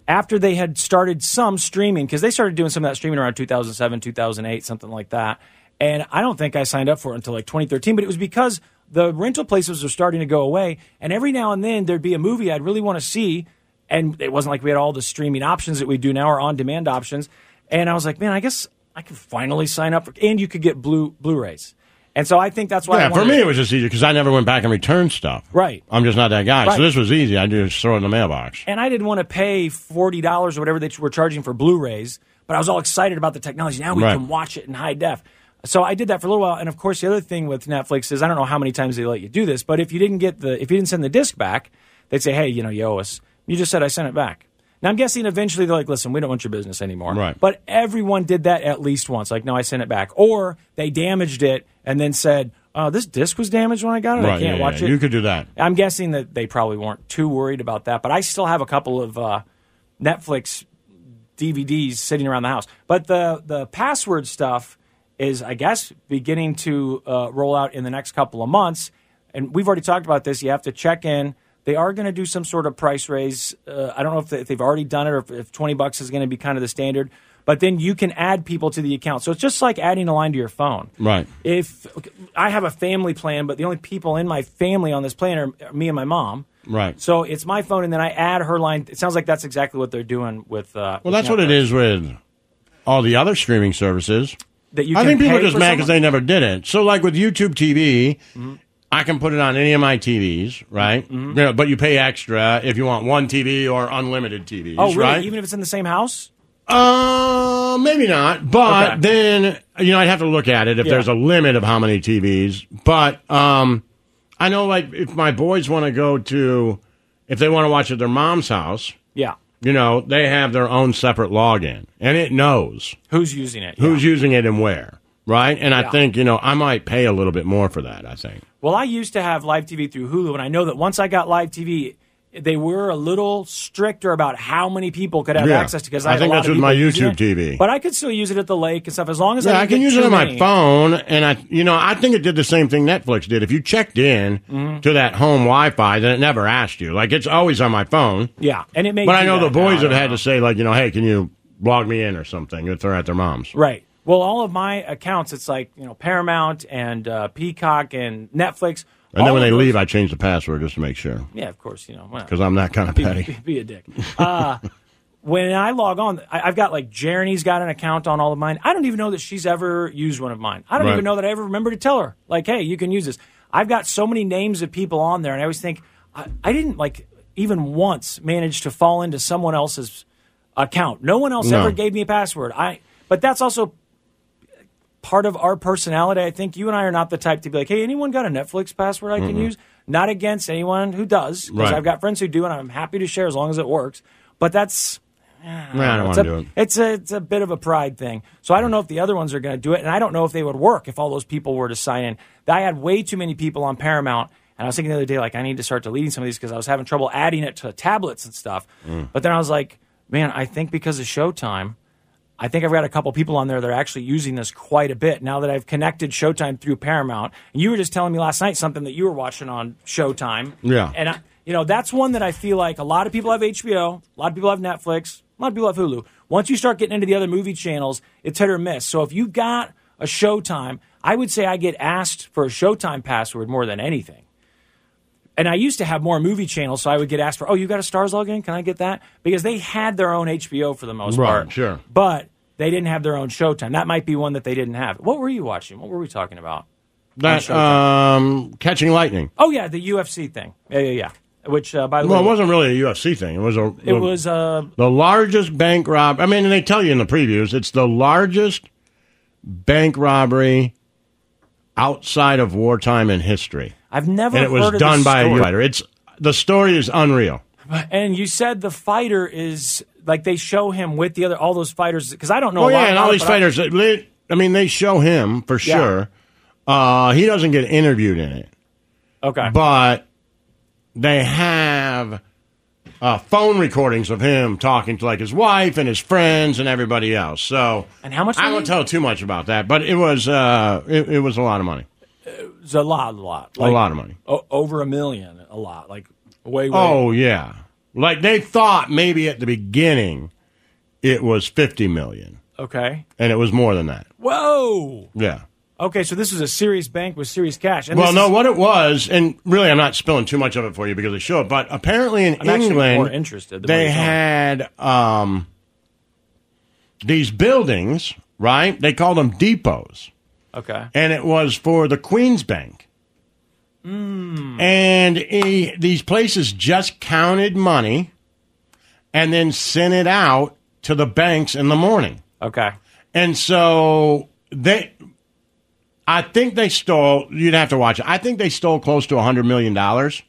Speaker 2: after they had started some streaming because they started doing some of that streaming around 2007, 2008, something like that. And I don't think I signed up for it until like 2013, but it was because the rental places were starting to go away. And every now and then there'd be a movie I'd really want to see. And it wasn't like we had all the streaming options that we do now or on demand options. And I was like, man, I guess I could finally sign up for, and you could get blue Blu-rays. And so I think that's why. I
Speaker 1: yeah. For
Speaker 2: wanted-
Speaker 1: me, it was just easier because I never went back and returned stuff.
Speaker 2: Right.
Speaker 1: I'm just not that guy.
Speaker 2: Right.
Speaker 1: So this was easy. I just throw it in the mailbox.
Speaker 2: and I didn't want to pay forty dollars or whatever they were charging for Blu-rays, but I was all excited about the technology. Now we
Speaker 1: Right.
Speaker 2: can watch it in high def. So I did that for a little while, and of course, the other thing with Netflix is I don't know how many times they let you do this, but if you didn't get the if you didn't send the disc back, they'd say, "Hey, you know, you owe us." You just said I sent it back. Now I'm guessing eventually they're like, "Listen, we don't want your business anymore."
Speaker 1: Right.
Speaker 2: But everyone did that at least once. Like, no, I sent it back, or they damaged it and then said, "Oh, this disc was damaged when I got it. I
Speaker 1: right.
Speaker 2: can't
Speaker 1: yeah,
Speaker 2: watch
Speaker 1: yeah.
Speaker 2: it."
Speaker 1: You could do that.
Speaker 2: I'm guessing that they probably weren't too worried about that, but I still have a couple of uh, Netflix DVDs sitting around the house. But the the password stuff is, I guess, beginning to uh, roll out in the next couple of months. And we've already talked about this. You have to check in. They are going to do some sort of price raise. Uh, I don't know if, they, if they've already done it or if, if 20 bucks is going to be kind of the standard. But then you can add people to the account. So it's just like adding a line to your phone
Speaker 1: Right.
Speaker 2: if okay, I have a family plan, but the only people in my family on this plan are me and my mom.
Speaker 1: Right.
Speaker 2: So it's my phone, and then I add her line. It sounds like that's exactly what they're doing with. Uh,
Speaker 1: Well, that's what it is with all the other streaming services.
Speaker 2: That you
Speaker 1: I
Speaker 2: can
Speaker 1: think people
Speaker 2: pay
Speaker 1: are just
Speaker 2: for Mm-hmm.
Speaker 1: mad because they
Speaker 2: someone?
Speaker 1: never did it. So, like with YouTube TV, I can put it on any of my TVs, right?
Speaker 2: Mm-hmm.
Speaker 1: You know, but you pay extra if you want one TV or unlimited TVs,
Speaker 2: Oh, really?
Speaker 1: right?
Speaker 2: Even if it's in the same house?
Speaker 1: Uh, maybe not. But
Speaker 2: Okay.
Speaker 1: then you know I'd have to look at it if
Speaker 2: Yeah.
Speaker 1: there's a limit of how many TVs. But um, I know like if my boys want to go to, if they want to watch at their mom's house,
Speaker 2: Yeah.
Speaker 1: you know they have their own separate login, and it knows
Speaker 2: Who's using it?
Speaker 1: who's using it and where, right? And I
Speaker 2: Yeah.
Speaker 1: think you know I might pay a little bit more for that. I think.
Speaker 2: Well, I used to have live TV through Hulu, and I know that once I got live TV, they were a little stricter about how many people could have
Speaker 1: Yeah.
Speaker 2: access to. Because
Speaker 1: I
Speaker 2: had a
Speaker 1: think
Speaker 2: lot
Speaker 1: that's
Speaker 2: of
Speaker 1: with my
Speaker 2: people using
Speaker 1: YouTube
Speaker 2: it.
Speaker 1: TV.
Speaker 2: But I could still use it at the lake and stuff as long as
Speaker 1: Yeah,
Speaker 2: I,
Speaker 1: I can use it on my phone, and I, you know, I think it did the same thing Netflix did. If you checked in
Speaker 2: Mm-hmm.
Speaker 1: to that home Wi-Fi, then it never asked you. Like it's always on my phone.
Speaker 2: Yeah, and it makes.
Speaker 1: But I know the boys
Speaker 2: have
Speaker 1: have had to say, like, you know, hey, can you log me in or something if they're at their mom's.
Speaker 2: Right. Well, all of my accounts, it's like you know Paramount and uh, Peacock and Netflix.
Speaker 1: And then
Speaker 2: all
Speaker 1: when
Speaker 2: of
Speaker 1: they
Speaker 2: those-
Speaker 1: leave, I change the password just to make sure
Speaker 2: yeah, of course, you know, why not?
Speaker 1: because I'm that kind of
Speaker 2: be,
Speaker 1: petty.
Speaker 2: be- be a dick. Uh, when I log on, I, I've got like Jeremy's got an account on all of mine. I don't even know that she's ever used one of mine. I don't
Speaker 1: Right.
Speaker 2: even know that I ever remember to tell her, like, hey, you can use this. I've got so many names of people on there, and I always think I, I didn't like even once manage to fall into someone else's account. No one else
Speaker 1: No.
Speaker 2: ever gave me a password. I, but that's also part of our personality. I think you and I are not the type to be like, hey, anyone got a Netflix password I can use? Not against anyone who does, because
Speaker 1: Right.
Speaker 2: I've got friends who do, and I'm happy to share as long as it works. But that's
Speaker 1: Nah, I don't want
Speaker 2: it's
Speaker 1: to
Speaker 2: a,
Speaker 1: do it.
Speaker 2: It's a it's a bit of a pride thing. So I don't know if the other ones are going to do it, and I don't know if they would work if all those people were to sign in. I had way too many people on Paramount, and I was thinking the other day like I need to start deleting some of these because I was having trouble adding it to tablets and stuff.
Speaker 1: Mm.
Speaker 2: But then I was like, man, I think because of Showtime. I think I've got a couple people on there that are actually using this quite a bit now that I've connected Showtime through Paramount. And you were just telling me last night something that you were watching on Showtime.
Speaker 1: Yeah.
Speaker 2: And I, you know, that's one that I feel like a lot of people have HBO, a lot of people have Netflix, a lot of people have Hulu. Once you start getting into the other movie channels, it's hit or miss. So if you've got a Showtime, I would say I get asked for a Showtime password more than anything and I used to have more movie channels, so I would get asked for, "Oh, you got a Stars login? Can I get that?" Because they had their own HBO for the most
Speaker 1: Right,
Speaker 2: part,
Speaker 1: sure.
Speaker 2: but they didn't have their own Showtime. That might be one that they didn't have. What were you watching? What were we talking about?
Speaker 1: That um, catching lightning.
Speaker 2: Oh yeah, the UFC thing. Yeah, yeah, yeah. Which, uh, by the
Speaker 1: Well, it
Speaker 2: way,
Speaker 1: wasn't really a UFC thing. It was a.
Speaker 2: it was uh,
Speaker 1: The largest bank rob. I mean, and they tell you in the previews, it's the largest bank robbery outside of wartime in history.
Speaker 2: I've never.
Speaker 1: and it was
Speaker 2: heard of
Speaker 1: done
Speaker 2: this
Speaker 1: by a
Speaker 2: story.
Speaker 1: fighter. It's the story is unreal.
Speaker 2: And you said the fighter is like they show him with the other all those fighters because I don't know.
Speaker 1: Oh
Speaker 2: a lot
Speaker 1: yeah, and
Speaker 2: about
Speaker 1: all
Speaker 2: it,
Speaker 1: these
Speaker 2: but I-
Speaker 1: fighters. that li- I mean, they show him for
Speaker 2: Yeah.
Speaker 1: sure. Uh, he doesn't get interviewed in it,
Speaker 2: Okay.
Speaker 1: but they have uh, phone recordings of him talking to like his wife and his friends and everybody else. So,
Speaker 2: And how much
Speaker 1: I
Speaker 2: money?
Speaker 1: won't tell too much about that, but it was uh, it, it was a lot of money,
Speaker 2: It's a lot, a lot,
Speaker 1: a lot of money.
Speaker 2: o- over a million, a lot, like way, way.
Speaker 1: Oh yeah, like they thought maybe at the beginning it was fifty million,
Speaker 2: Okay.
Speaker 1: and it was more than that.
Speaker 2: Whoa.
Speaker 1: Yeah.
Speaker 2: Okay, so this was a serious bank with serious cash. And
Speaker 1: well,
Speaker 2: this
Speaker 1: no,
Speaker 2: is-
Speaker 1: what it was, and really, I'm not spilling too much of it for you because they show it. But apparently, in
Speaker 2: I'm actually more
Speaker 1: England,
Speaker 2: interested. than
Speaker 1: they
Speaker 2: what you're telling me.
Speaker 1: had um, these buildings, right? They called them depots,
Speaker 2: Okay.
Speaker 1: and it was for the Queen's Bank.
Speaker 2: Hmm.
Speaker 1: And eh, these places just counted money and then sent it out to the banks in the morning.
Speaker 2: Okay.
Speaker 1: And so they, I think they stole. You'd have to watch it. I think they stole close to hundred million dollars,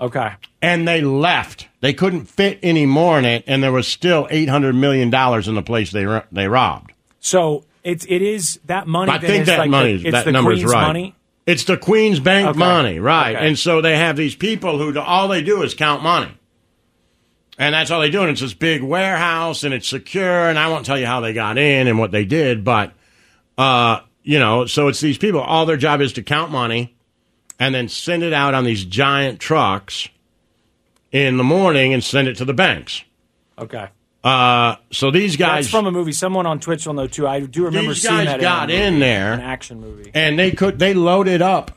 Speaker 2: Okay.
Speaker 1: and they left. They couldn't fit any more in it, and there was still eight hundred million dollars in the place they ro- they robbed.
Speaker 2: So it's it is that money.
Speaker 1: I
Speaker 2: then
Speaker 1: think
Speaker 2: is
Speaker 1: that
Speaker 2: like
Speaker 1: money,
Speaker 2: the, it's
Speaker 1: that
Speaker 2: the
Speaker 1: number
Speaker 2: Queen's
Speaker 1: is right.
Speaker 2: money.
Speaker 1: It's the Queen's Bank
Speaker 2: Okay.
Speaker 1: money, right?
Speaker 2: Okay.
Speaker 1: And so they have these people who do- all they do is count money. And that's all they do. And it's this big warehouse and it's secure. And I won't tell you how they got in and what they did, but, uh, you know, so it's these people. All their job is to count money and then send it out on these giant trucks in the morning and send it to the banks.
Speaker 2: Okay.
Speaker 1: Uh, so these guys.
Speaker 2: That's from a movie. Someone on Twitch will know too. I do remember
Speaker 1: These
Speaker 2: seeing
Speaker 1: guys
Speaker 2: that.
Speaker 1: got
Speaker 2: in, a movie,
Speaker 1: in there.
Speaker 2: An action movie.
Speaker 1: and they could they loaded up.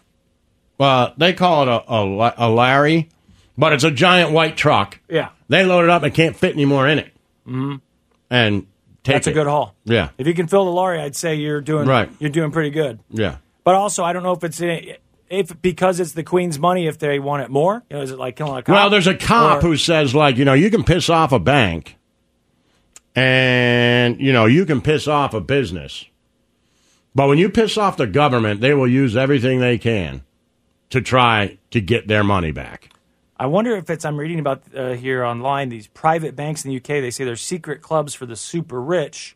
Speaker 1: Uh, they call it a, a la- a Larry, but it's a giant white truck.
Speaker 2: Yeah.
Speaker 1: They load it up and can't fit any more in it. Mm-hmm. And take
Speaker 2: That's a
Speaker 1: it.
Speaker 2: good haul.
Speaker 1: Yeah.
Speaker 2: If you can fill the lorry, I'd say you're doing
Speaker 1: Right.
Speaker 2: You're doing pretty good.
Speaker 1: Yeah.
Speaker 2: But also, I don't know if it's in, if because it's the Queen's money. If they want it more, you know, is it like killing a cop?
Speaker 1: Well, there's a cop
Speaker 2: Or-
Speaker 1: who says like you know you can piss off a bank, and you know you can piss off a business, but when you piss off the government, they will use everything they can to try to get their money back.
Speaker 2: I wonder if it's I'm reading about uh, here online these private banks in the UK. They say they're secret clubs for the super rich,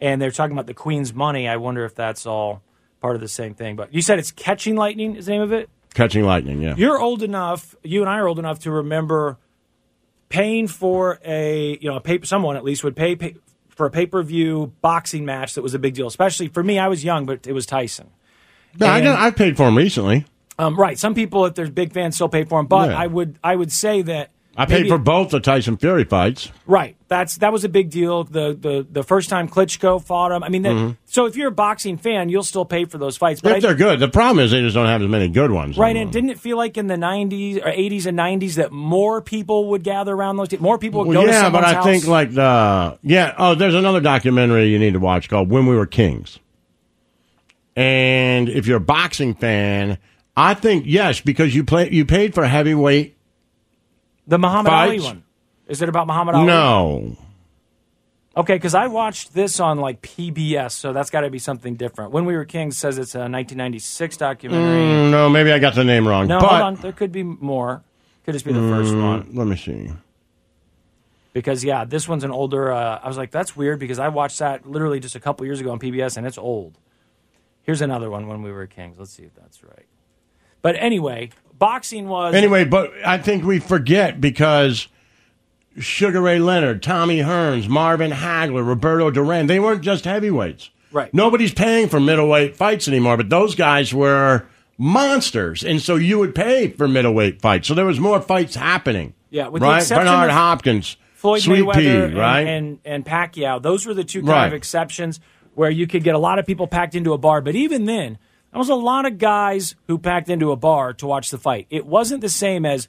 Speaker 2: and they're talking about the Queen's money. I wonder if that's all part of the same thing. But you said it's catching lightning is the name of it.
Speaker 1: Catching lightning, yeah.
Speaker 2: You're old enough. You and I are old enough to remember paying for a you know a paper. Someone at least would pay, pay for a pay per view boxing match that was a big deal. Especially for me, I was young, but it was Tyson.
Speaker 1: No, I
Speaker 2: And-
Speaker 1: got, I paid for them recently.
Speaker 2: Um, right. Some people, if they're big fans, still pay for them. But
Speaker 1: Yeah.
Speaker 2: I would I would say that
Speaker 1: I paid
Speaker 2: maybe-
Speaker 1: for both the Tyson Fury fights.
Speaker 2: Right. That's that was a big deal. The the the first time Klitschko fought him. I mean, that, so if you're a boxing fan, you'll still pay for those fights. But I,
Speaker 1: Mm-hmm. if they're good, the problem is they just don't have as many good ones.
Speaker 2: right,
Speaker 1: anymore.
Speaker 2: and didn't it feel like in the '90s or '80s and '90s that more people would gather around those? More people would
Speaker 1: Well,
Speaker 2: go to
Speaker 1: yeah,
Speaker 2: someone's
Speaker 1: but I
Speaker 2: house.
Speaker 1: think like the yeah. Oh, there's another documentary you need to watch called "When We Were Kings." And if you're a boxing fan, I think yes, because you play you paid for heavyweight.
Speaker 2: the Muhammad Ali
Speaker 1: fights-
Speaker 2: one. Is it about Muhammad Ali?
Speaker 1: No,
Speaker 2: Okay, because I watched this on like PBS, so that's got to be something different. When We Were Kings says it's a 1996 documentary.
Speaker 1: no, maybe I got the name wrong.
Speaker 2: no,
Speaker 1: Mm, but Mm.
Speaker 2: hold on, there could be more. Could just be the first one.
Speaker 1: let me see.
Speaker 2: because yeah, this one's an older. Uh, I was like, that's weird because I watched that literally just a couple years ago on PBS, and it's old. Here's another one when we were kings. Let's see if that's right. But anyway, boxing was
Speaker 1: Anyway, but I think we forget because Sugar Ray Leonard, Tommy Hearns, Marvin Hagler, Roberto Duran, they weren't just heavyweights.
Speaker 2: Right.
Speaker 1: Nobody's paying for middleweight fights anymore, but those guys were monsters. And so you would pay for middleweight fights. So there was more fights happening.
Speaker 2: Yeah, with the
Speaker 1: right?
Speaker 2: exception
Speaker 1: Bernard
Speaker 2: of
Speaker 1: Hopkins,
Speaker 2: Floyd
Speaker 1: Sweet
Speaker 2: Mayweather
Speaker 1: Pea,
Speaker 2: and,
Speaker 1: right?
Speaker 2: and and Pacquiao. Those were the two kind of
Speaker 1: Right.
Speaker 2: exceptions where you could get a lot of people packed into a bar. But even then, there was a lot of guys who packed into a bar to watch the fight. It wasn't the same as.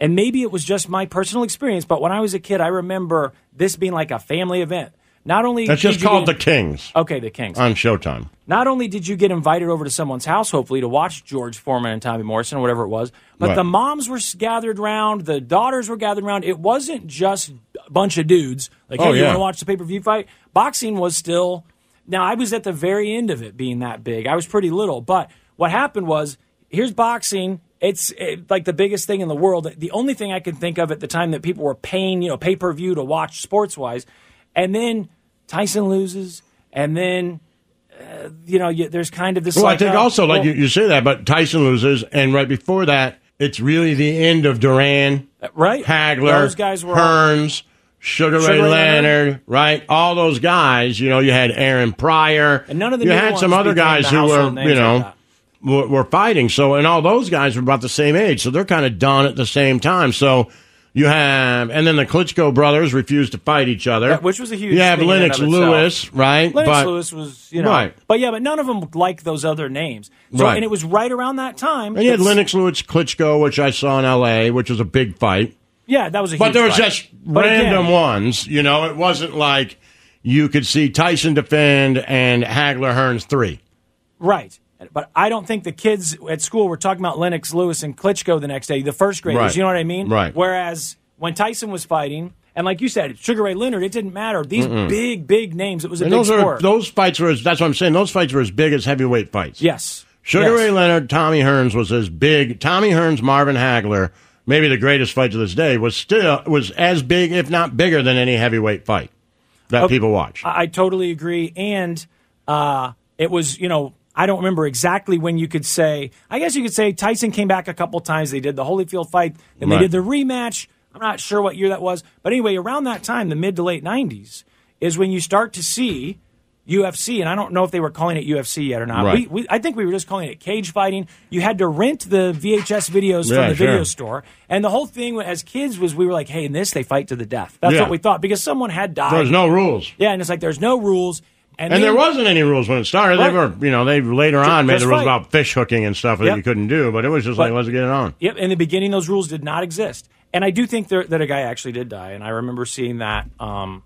Speaker 2: And maybe it was just my personal experience, but when I was a kid, I remember this being like a family event. Not only
Speaker 1: That's
Speaker 2: did
Speaker 1: just
Speaker 2: you
Speaker 1: called
Speaker 2: get-
Speaker 1: the Kings
Speaker 2: Okay, the Kings.
Speaker 1: on Showtime.
Speaker 2: Not only did you get invited over to someone's house, hopefully, to watch George Foreman and Tommy Morrison or whatever it was, but
Speaker 1: Right.
Speaker 2: the moms were s- gathered round, the daughters were gathered round. It wasn't just a bunch of dudes like, hey,
Speaker 1: Oh,
Speaker 2: you
Speaker 1: yeah.
Speaker 2: want to watch the pay per view fight? Boxing was still. Now I was at the very end of it being that big. I was pretty little, but what happened was here's boxing. It's it, like the biggest thing in the world. The only thing I could think of at the time that people were paying, you know, pay per view to watch sports wise, and then Tyson loses, and then uh, you know you, there's kind of this.
Speaker 1: Well, I
Speaker 2: like,
Speaker 1: think
Speaker 2: uh,
Speaker 1: also, like
Speaker 2: well-
Speaker 1: you, you say that, but Tyson loses, and right before that, it's really the end of Duran,
Speaker 2: Uh, right?
Speaker 1: Hagler,
Speaker 2: Those guys were all-
Speaker 1: Hearns, Sugar,
Speaker 2: Sugar
Speaker 1: Ray
Speaker 2: Ray
Speaker 1: Leonard,
Speaker 2: Leonard.
Speaker 1: right? All those guys. You know, you had Aaron Pryor,
Speaker 2: And none of the
Speaker 1: you
Speaker 2: new
Speaker 1: had some
Speaker 2: ones
Speaker 1: other
Speaker 2: became
Speaker 1: guys
Speaker 2: the
Speaker 1: who
Speaker 2: household
Speaker 1: were,
Speaker 2: names
Speaker 1: you know,
Speaker 2: like that.
Speaker 1: were, were fighting. So, and all those guys were about the same age, so they're kind of done at the same time. So. You have, and then the Klitschko brothers refused to fight each other,
Speaker 2: Yeah, which was a huge
Speaker 1: You have
Speaker 2: thing in and
Speaker 1: Lennox
Speaker 2: of itself.
Speaker 1: Lewis, right?
Speaker 2: Lennox
Speaker 1: But-
Speaker 2: Lewis was, you know,
Speaker 1: Right.
Speaker 2: but yeah, but none of them like those other names. So,
Speaker 1: Right.
Speaker 2: and it was right around that time.
Speaker 1: And you had
Speaker 2: that-
Speaker 1: Lennox Lewis Klitschko, which I saw in L.A., which was a big fight.
Speaker 2: Yeah, that was a.
Speaker 1: But
Speaker 2: huge
Speaker 1: there was
Speaker 2: fight.
Speaker 1: just
Speaker 2: But again,
Speaker 1: random ones. You know, it wasn't like you could see Tyson defend and Hagler Hearns three.
Speaker 2: right? But I don't think the kids at school were talking about Lennox Lewis and Klitschko the next day. The first graders,
Speaker 1: Right.
Speaker 2: you know what I mean?
Speaker 1: Right.
Speaker 2: Whereas when Tyson was fighting, and like you said, Sugar Ray Leonard, it didn't matter. These big, big names. It was a
Speaker 1: And
Speaker 2: big
Speaker 1: those
Speaker 2: sport.
Speaker 1: are those fights were. As, that's what I'm saying. Those fights were as big as heavyweight fights.
Speaker 2: yes.
Speaker 1: Sugar
Speaker 2: Yes.
Speaker 1: Ray Leonard, Tommy Hearns was as big. Tommy Hearns, Marvin Hagler, maybe the greatest fight to this day, was still was as big, if not bigger, than any heavyweight fight that people watch.
Speaker 2: I, I totally agree. And uh, it was, you know, I don't remember exactly when you could say. I guess you could say Tyson came back a couple times. They did the Holyfield fight, then
Speaker 1: Right.
Speaker 2: they did the rematch. I'm not sure what year that was, but anyway, around that time, the mid to late '90s, is when you start to see UFC, and I don't know if they were calling it UFC yet or not.
Speaker 1: Right.
Speaker 2: We, we, I think we were just calling it cage fighting. You had to rent the VHS videos
Speaker 1: Yeah,
Speaker 2: from the
Speaker 1: sure.
Speaker 2: video store, and the whole thing as kids was we were like, "Hey, in this they fight to the death." That's
Speaker 1: Yeah.
Speaker 2: what we thought because someone had died.
Speaker 1: There's no rules.
Speaker 2: Yeah, and it's like there's no rules, and,
Speaker 1: And
Speaker 2: then-
Speaker 1: there wasn't any rules when it started. They
Speaker 2: Right.
Speaker 1: were, you know, they later on made
Speaker 2: just
Speaker 1: the rules
Speaker 2: right.
Speaker 1: about fish hooking and stuff that
Speaker 2: Yep.
Speaker 1: you couldn't do, but it was just like,
Speaker 2: But-
Speaker 1: let's get it on.
Speaker 2: Yep, in the beginning, those rules did not exist, and I do think there, that a guy actually did die, and I remember seeing that. Um,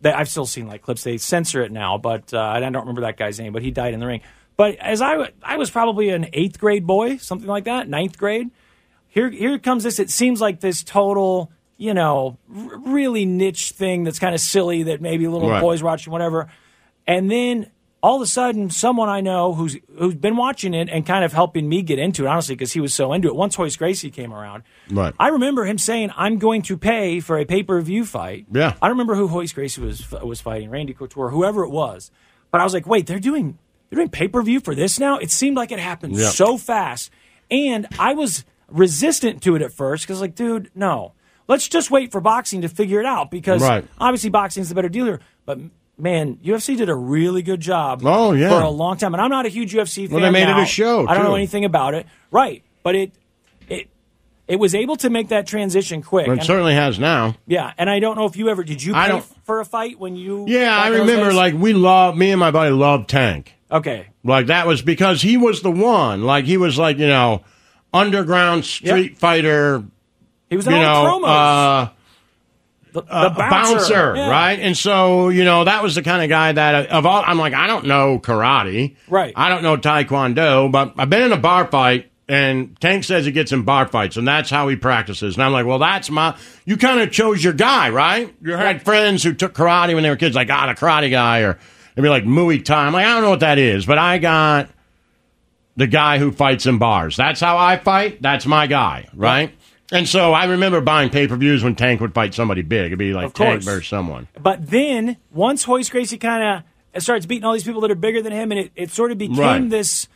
Speaker 2: that I've still seen like clips. They censor it now, but uh, and I don't remember that guy's name, but he died in the ring. But as I, w- I was probably an eighth grade boy, something like that, ninth grade. Here, here comes this. It seems like this total, you know, r- really niche thing that's kind of silly that maybe little
Speaker 1: Right.
Speaker 2: boys watching, whatever. And then all of a sudden, someone I know who's who's been watching it and kind of helping me get into it, honestly, because he was so into it. Once Hoyce Gracie came around,
Speaker 1: Right.
Speaker 2: I remember him saying, "I'm going to pay for a pay per view fight."
Speaker 1: Yeah.
Speaker 2: I don't remember who Hoist Gracie was was fighting, Randy Couture, whoever it was. But I was like, wait, they're doing they're doing pay per view for this now. It seemed like it happened
Speaker 1: Yeah.
Speaker 2: so fast, and I was resistant to it at first because like, dude, no, let's just wait for boxing to figure it out because
Speaker 1: Right.
Speaker 2: obviously boxing's the better dealer, but. Man, UFC did a really good job
Speaker 1: Oh, yeah.
Speaker 2: for a long time. And I'm not a huge UFC fan.
Speaker 1: Well, they made it a
Speaker 2: now.
Speaker 1: show,
Speaker 2: I don't
Speaker 1: too.
Speaker 2: know anything about it. Right. But it it it was able to make that transition quick.
Speaker 1: It
Speaker 2: And-
Speaker 1: certainly has now.
Speaker 2: yeah, and I don't know if you ever did you pay
Speaker 1: I don't-
Speaker 2: for a fight when you
Speaker 1: Yeah,
Speaker 2: back
Speaker 1: I
Speaker 2: in those
Speaker 1: remember,
Speaker 2: days?
Speaker 1: like, we love, me and my buddy loved Tank.
Speaker 2: okay.
Speaker 1: Like, that was because he was the one. Like, he was, like, you know, underground street fighter,
Speaker 2: He was in
Speaker 1: you
Speaker 2: all
Speaker 1: know,
Speaker 2: the promos.
Speaker 1: uh,
Speaker 2: the,
Speaker 1: a
Speaker 2: the Uh, bouncer, Yeah.
Speaker 1: right? And so, you know, that was the kind of guy that uh, of all I'm like, I don't know karate,
Speaker 2: Right.
Speaker 1: I don't know taekwondo, but I've been in a bar fight, and Tank says he gets in bar fights, and that's how he practices. And I'm like, well, that's my. You kind of chose your guy, right? You had friends who took karate when they were kids, like ah, the karate guy, or they'd be like Muay Thai. I'm like, I don't know what that is, but I got the guy who fights in bars. That's how I fight. That's my guy, right? And so I remember buying pay per views when Tank would fight somebody big. It'd be like
Speaker 2: Of
Speaker 1: Tank
Speaker 2: course.
Speaker 1: versus someone.
Speaker 2: But then once Hoist Gracie kind of starts beating all these people that are bigger than him, and it, it sort of became
Speaker 1: Right.
Speaker 2: this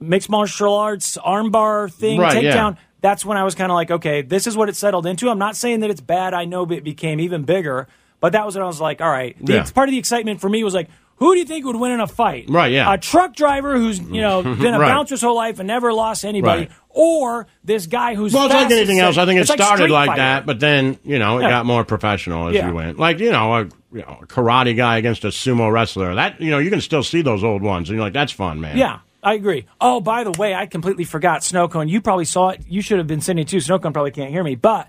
Speaker 2: mixed martial arts armbar thing
Speaker 1: Right, yeah.
Speaker 2: takedown. That's when I was kind of like, okay, this is what it settled into. I'm not saying that it's bad. I know it became even bigger, but that was when I was like, all right. The,
Speaker 1: Yeah.
Speaker 2: Part of the excitement for me was like, who do you think would win in a fight?
Speaker 1: Right, yeah.
Speaker 2: A truck driver who's you know been a
Speaker 1: Right.
Speaker 2: bouncer his whole life and never lost anybody,
Speaker 1: Right.
Speaker 2: or this guy who's
Speaker 1: Well, it's
Speaker 2: fast
Speaker 1: like
Speaker 2: as
Speaker 1: anything
Speaker 2: shit.
Speaker 1: else. I think it
Speaker 2: It's
Speaker 1: started
Speaker 2: Street
Speaker 1: like
Speaker 2: Fighter.
Speaker 1: that, but then you know it
Speaker 2: Yeah.
Speaker 1: got more professional as
Speaker 2: Yeah.
Speaker 1: you went. Like you know, a, you know, a karate guy against a sumo wrestler. That you know, you can still see those old ones, and you're like, that's fun, man.
Speaker 2: Yeah, I agree. Oh, by the way, I completely forgot Snowcone. You probably saw it. You should have been sending it too. Snowcone probably can't hear me, but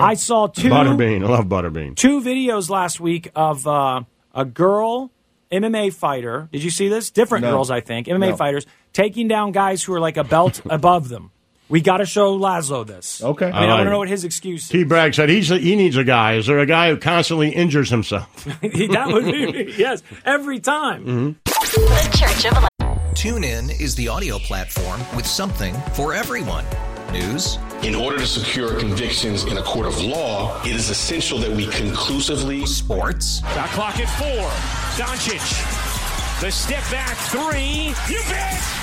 Speaker 2: I, saw two
Speaker 1: Butterbean. I love Butterbean.
Speaker 2: two videos last week of uh, a girl MMA fighter. Did you see this? Different girls, I think, MMA fighters taking down guys who are like a belt above them. We got to show Laszlo this.
Speaker 3: Okay.
Speaker 2: I mean,
Speaker 1: I
Speaker 2: I
Speaker 1: like
Speaker 2: want to
Speaker 1: it.
Speaker 2: know what his excuse is.
Speaker 1: T. Bragg said he's, he needs a guy. Is there a guy who constantly injures himself?
Speaker 2: that would be, yes, every time.
Speaker 4: The Church of
Speaker 6: TuneIn is the audio platform with something for everyone. News,
Speaker 7: In order to secure convictions in a court of law, it is essential that we conclusively
Speaker 6: sports,
Speaker 8: Shot clock at four. Doncic. The step back three. You bet.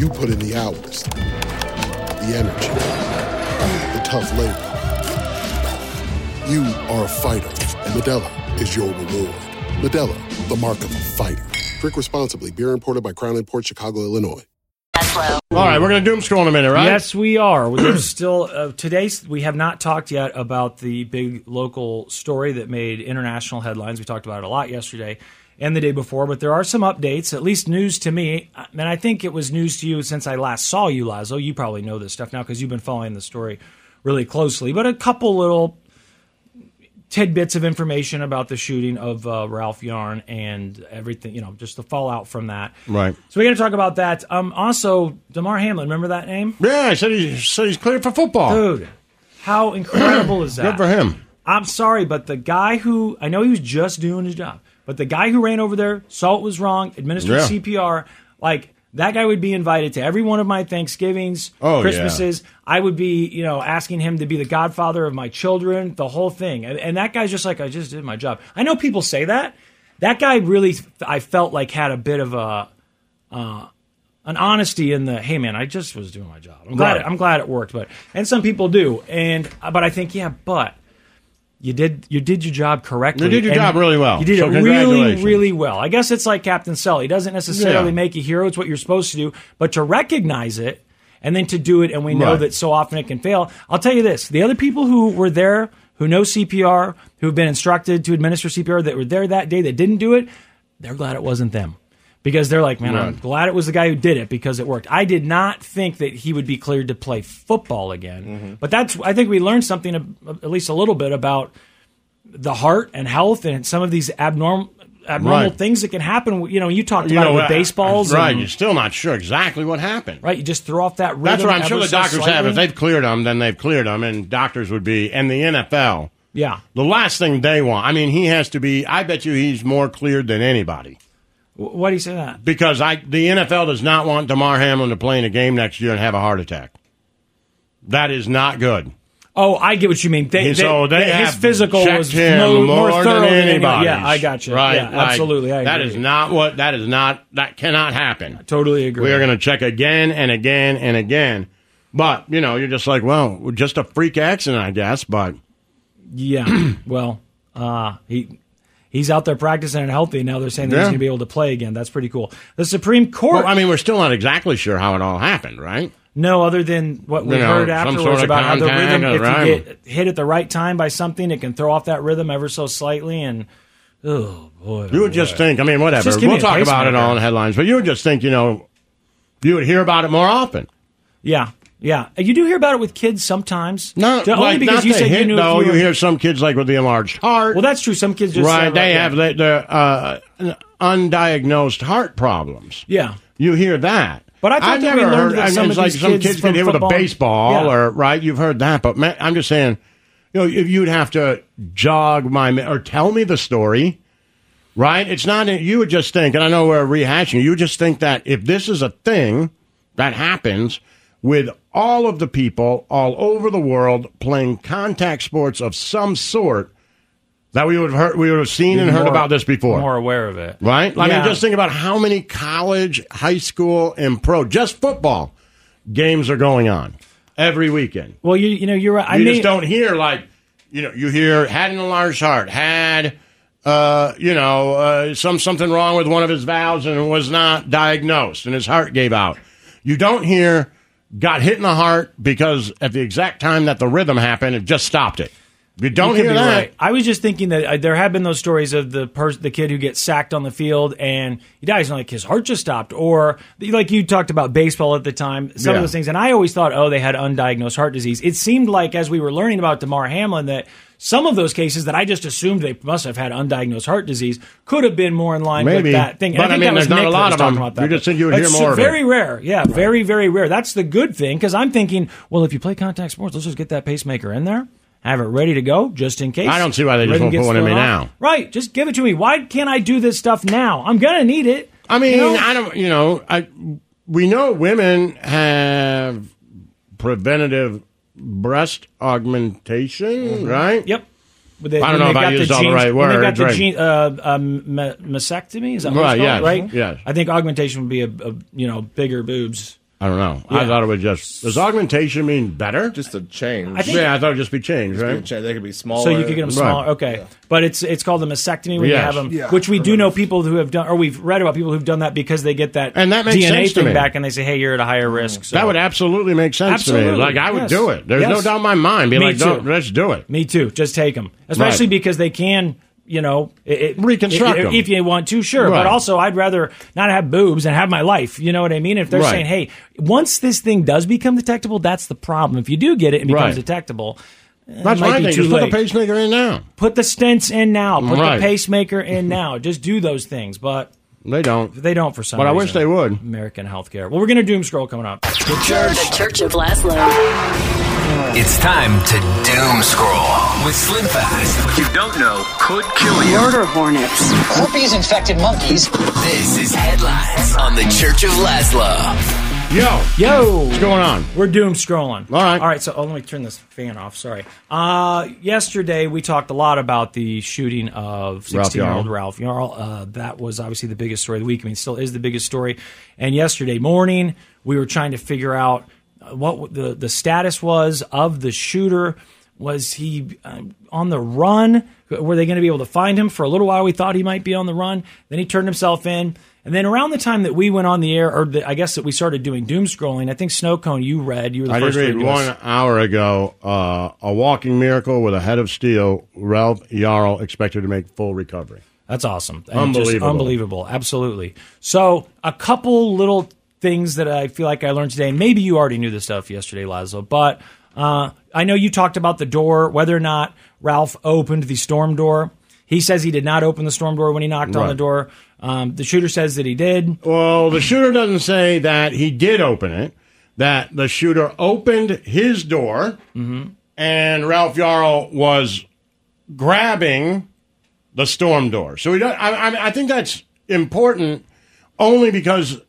Speaker 9: You put in the hours, the energy, the tough labor. You are a fighter, and Medella is your reward. Medella, the mark of a fighter. Drink responsibly. Beer imported by Crown Port Chicago, Illinois.
Speaker 4: Laszlo.
Speaker 1: All right, we're going to doom scroll in a minute, right?
Speaker 2: Yes, we are. There's still uh, today's. We have not talked yet about the big local story that made international headlines. We talked about it a lot yesterday and the day before, but there are some updates. At least news to me, I- and I think it was news to you since I last saw you, Lazo. You probably know this stuff now because you've been following the story really closely. But a couple little tidbits of information about the shooting of uh, Ralph Yarn and everything. You know, just the fallout from that.
Speaker 1: Right.
Speaker 2: So we got to talk about that. Um, also, Damar Hamlin. Remember that name?
Speaker 1: Yeah, I said, he, said he's cleared for football.
Speaker 2: Dude, how incredible is that?
Speaker 1: Good for him.
Speaker 2: I'm sorry, but the guy who I know he was just doing his job, but the guy who ran over there saw it was wrong, administered
Speaker 1: Yeah.
Speaker 2: CPR, like that guy would be invited to every one of my Thanksgivings,
Speaker 1: Oh, yeah.
Speaker 2: Christmases. I would be, you know, asking him to be the godfather of my children, the whole thing. And, and that guy's just like, I just did my job. I know people say that. That guy really, I felt like had a bit of a uh, an honesty in the hey man i just was doing my job i'm glad
Speaker 1: Right.
Speaker 2: i'm glad it worked but and some people do and uh, but i think yeah but you did you did your job correctly
Speaker 1: You did your
Speaker 2: and
Speaker 1: job really well.
Speaker 2: you did
Speaker 1: So
Speaker 2: it really
Speaker 1: congratulations.
Speaker 2: really well i guess it's like captain sully it doesn't necessarily
Speaker 1: Yeah.
Speaker 2: make you a hero it's what you're supposed to do but to recognize it and then to do it and we know
Speaker 1: Right.
Speaker 2: that so often it can fail i'll tell you this the other people who were there who know cpr who've been instructed to administer cpr that were there that day that didn't do it they're glad it wasn't them because they're like, man, I'm glad it was the guy who did it because it worked. I did not think that he would be cleared to play football again,
Speaker 1: Mm-hmm.
Speaker 2: but that's I think we learned something ab- at least a little bit about the heart and health and some of these abnormal abnormal
Speaker 1: Right.
Speaker 2: things that can happen. You know, you talked about it with
Speaker 1: uh,
Speaker 2: baseballs,
Speaker 1: Right,
Speaker 2: and-
Speaker 1: you're still not sure exactly what happened.
Speaker 2: right? You just throw off that rhythm.
Speaker 1: That's what I'm
Speaker 2: ever
Speaker 1: sure the
Speaker 2: so
Speaker 1: doctors have. If
Speaker 2: slightly.
Speaker 1: they've cleared him, then they've cleared him, and doctors would be, and the NFL.
Speaker 2: yeah.
Speaker 1: The last thing they want. I mean, he has to be. I bet you he's more cleared than anybody
Speaker 2: W- Why do you say that?
Speaker 1: because I the NFL does not want Damar Hamlin to play in a game next year and have a heart attack. That is not good.
Speaker 2: Oh, I get what you mean. They,
Speaker 1: And
Speaker 2: they-
Speaker 1: so they
Speaker 2: they- his
Speaker 1: have
Speaker 2: physical
Speaker 1: checked
Speaker 2: was
Speaker 1: him
Speaker 2: mo- more, thorough
Speaker 1: than
Speaker 2: any-
Speaker 1: anybody.
Speaker 2: Yeah, I got you.
Speaker 1: Right,
Speaker 2: Yeah,
Speaker 1: like,
Speaker 2: absolutely. I
Speaker 1: that
Speaker 2: agree.
Speaker 1: is not what. That is not. That cannot happen.
Speaker 2: totally agree.
Speaker 1: We are going to check again and again and again. But you know, you're just like, well, just a freak accident, I guess. But
Speaker 2: Yeah. well, uh, he he's out there practicing and healthy. Now they're saying that he's
Speaker 1: Yeah.
Speaker 2: going to be able to play again. That's pretty cool. The Supreme Court,
Speaker 1: well, I mean, we're still not exactly sure how it all happened, right?
Speaker 2: no other than what we
Speaker 1: You know,
Speaker 2: heard
Speaker 1: some
Speaker 2: afterwards
Speaker 1: sort of
Speaker 2: about how the
Speaker 1: contact
Speaker 2: rhythm,
Speaker 1: or
Speaker 2: if
Speaker 1: rhyme.
Speaker 2: you get hit at the right time by something, it can throw off that rhythm ever so slightly. And oh boy,
Speaker 1: You would just think, I mean, whatever.
Speaker 2: Just give me
Speaker 1: We'll
Speaker 2: a
Speaker 1: talk about it
Speaker 2: pacemaker.
Speaker 1: all in the headlines, but you would just think, you know, you would hear about it more often.
Speaker 2: yeah. Yeah, you do hear about it with kids sometimes.
Speaker 1: Not
Speaker 2: only
Speaker 1: like
Speaker 2: because
Speaker 1: not
Speaker 2: you
Speaker 1: the
Speaker 2: said
Speaker 1: hit,
Speaker 2: you knew if
Speaker 1: though.
Speaker 2: you,
Speaker 1: You,
Speaker 2: were-
Speaker 1: hear some kids like with the enlarged heart,
Speaker 2: Well, that's true. Some kids just
Speaker 1: right? They
Speaker 2: yeah.
Speaker 1: have the, the uh, uh, undiagnosed heart problems.
Speaker 2: yeah.
Speaker 1: You hear that.
Speaker 2: But I thought
Speaker 1: I've
Speaker 2: that we
Speaker 1: never
Speaker 2: learned
Speaker 1: heard.
Speaker 2: that
Speaker 1: I mean,
Speaker 2: some
Speaker 1: it's
Speaker 2: of
Speaker 1: like
Speaker 2: these
Speaker 1: some
Speaker 2: kids
Speaker 1: kids
Speaker 2: from
Speaker 1: get hit with a
Speaker 2: football-
Speaker 1: baseball,
Speaker 2: Yeah.
Speaker 1: or right? You've heard that, but man, I'm just saying, you know, if you'd have to jog my me- or tell me the story, right? It's not. You would just think, and I know we're rehashing. You would just think that if this is a thing that happens, with all of the people all over the world playing contact sports of some sort that we would have heard, we would have seen and heard
Speaker 2: More-
Speaker 1: about this before.
Speaker 2: More aware of it.
Speaker 1: Right? I mean,
Speaker 2: Yeah.
Speaker 1: just think about how many college, high school, and pro, just football games are going on every weekend.
Speaker 2: Well, you you know you're right. I
Speaker 1: you
Speaker 2: mean,
Speaker 1: just don't hear, like, you know, you hear had an enlarged heart, had, uh, you know, uh, some something wrong with one of his valves and was not diagnosed and his heart gave out. You don't hear got hit in the heart because at the exact time that the rhythm happened, it just stopped it. You don't
Speaker 2: You could
Speaker 1: hear
Speaker 2: be
Speaker 1: that.
Speaker 2: right. I was just thinking that uh, there have been those stories of the pers- the kid who gets sacked on the field and he dies, and like his heart just stopped, or like you talked about baseball at the time, some
Speaker 10: Yeah.
Speaker 2: of those things. And I always thought, oh, they had undiagnosed heart disease. It seemed like as we were learning about Damar Hamlin that. Some of those cases that I just assumed they must have had undiagnosed heart disease could have been more in line
Speaker 1: Maybe.
Speaker 2: with that thing. And
Speaker 1: But, I
Speaker 2: think
Speaker 1: mean,
Speaker 2: that was
Speaker 1: there's not
Speaker 2: Nick
Speaker 1: a
Speaker 2: that
Speaker 1: lot
Speaker 2: was
Speaker 1: of
Speaker 2: talking
Speaker 1: them.
Speaker 2: about that.
Speaker 1: You just said you would hear
Speaker 2: It's
Speaker 1: more of it.
Speaker 2: very rare. Yeah, very, very rare. That's the good thing because I'm thinking, well, if you play contact sports, let's just get that pacemaker in there, have it ready to go just in case.
Speaker 1: I don't see why they just
Speaker 2: Rhythm
Speaker 1: won't
Speaker 2: gets
Speaker 1: put one in
Speaker 2: thrown
Speaker 1: me
Speaker 2: off.
Speaker 1: now.
Speaker 2: Right, just give it to me. Why can't I do this stuff now? I'm gonna need it.
Speaker 1: I mean, I don't. You know, I we know women have preventative breast augmentation, right?
Speaker 2: Mm-hmm. Yep.
Speaker 1: I don't know if I used all the right
Speaker 2: They got
Speaker 1: words.
Speaker 2: the
Speaker 1: Right.
Speaker 2: gene, uh, um, ma- mastectomy. Is that what
Speaker 1: Right,
Speaker 2: it's
Speaker 1: yes,
Speaker 2: called? Right.
Speaker 1: yes.
Speaker 2: I think augmentation would be a, a you know bigger boobs.
Speaker 1: I don't know. I
Speaker 2: Yeah.
Speaker 1: thought it would just. Does augmentation mean better? Just
Speaker 3: a change.
Speaker 2: I think-
Speaker 1: yeah, I thought it would just be change,
Speaker 3: Just be
Speaker 1: right?
Speaker 3: a change. They could be
Speaker 2: So you could get them smaller. Okay, but it's it's called a mastectomy when you
Speaker 1: Yes.
Speaker 2: have them,
Speaker 1: Yeah.
Speaker 2: which we do know people who have done, or we've read about people who've done that because they get that
Speaker 1: And that makes
Speaker 2: DNA
Speaker 1: sense to
Speaker 2: thing
Speaker 1: me.
Speaker 2: back, and they say, hey, you're at a higher risk. So.
Speaker 1: That would absolutely make sense to me. Like I would
Speaker 2: Yes.
Speaker 1: do it. There's no
Speaker 2: Yes.
Speaker 1: doubt in my mind. Be
Speaker 2: Me
Speaker 1: like,
Speaker 2: too.
Speaker 1: "Don't- let's do it.
Speaker 2: Me too. Just take them, especially
Speaker 1: Right.
Speaker 2: because they can, you know, it, it,
Speaker 1: Reconstruct
Speaker 2: it-
Speaker 1: 'em.
Speaker 2: if you want to, sure.
Speaker 1: Right.
Speaker 2: But also, I'd rather not have boobs and have my life. You know what I mean? If they're
Speaker 1: Right.
Speaker 2: saying, hey, once this thing does become detectable, that's the problem. If you do get it and becomes
Speaker 1: Right.
Speaker 2: detectable, eh,
Speaker 1: That's
Speaker 2: it might
Speaker 1: my
Speaker 2: be
Speaker 1: thing.
Speaker 2: too
Speaker 1: Just put the
Speaker 2: late.
Speaker 1: pacemaker in now.
Speaker 2: Put the stents in now. Put
Speaker 1: Right.
Speaker 2: the pacemaker in now. Just do those things. But
Speaker 1: They don't.
Speaker 2: they don't for some.
Speaker 1: But I wish
Speaker 2: reason.
Speaker 1: they would.
Speaker 2: American healthcare. Well, we're gonna doom scroll coming up.
Speaker 4: The Church of Laszlo.
Speaker 11: It's time to doom scroll with Slim Fast. What you don't know could kill you. Murder hornets, herpes infected monkeys. This is headlines on the Church of Laszlo.
Speaker 1: Yo,
Speaker 2: yo,
Speaker 1: what's going on?
Speaker 2: We're doom scrolling.
Speaker 1: All right, all
Speaker 2: right. So, oh, let me turn this fan off. Sorry. Uh, yesterday we talked a lot about the shooting of
Speaker 1: Ralph
Speaker 2: 16-year-old
Speaker 1: Yarl.
Speaker 2: Ralph Yarl. Uh, that was obviously the biggest story of the week. I mean, it still is the biggest story. And yesterday morning we were trying to figure out uh, what the the status was of the shooter. Was he uh, on the run? Were they going to be able to find him? For a little while, we thought he might be on the run. Then he turned himself in. And then around the time that we went on the air, or the, I guess that we started doing doom scrolling, I think Snow Cone, you read. You were the
Speaker 1: I did
Speaker 2: first
Speaker 1: read
Speaker 2: to do
Speaker 1: one
Speaker 2: this.
Speaker 1: hour ago uh, a walking miracle with a head of steel. Ralph Jarl expected to make full recovery.
Speaker 2: That's awesome. And just
Speaker 1: Unbelievable.
Speaker 2: unbelievable. Absolutely. So, a couple little things that I feel like I learned today. Maybe you already knew this stuff yesterday, Lazo, but uh, I know you talked about the door, whether or not Ralph opened the storm door. He says he did not open the storm door when he knocked on
Speaker 1: Right. Oh.
Speaker 2: the door. Um, the shooter says that he did.
Speaker 1: Well, the shooter doesn't say that he did open it, that the shooter opened his door, and Ralph Jarl was grabbing the storm door. So he does, I, I, I think that's important only because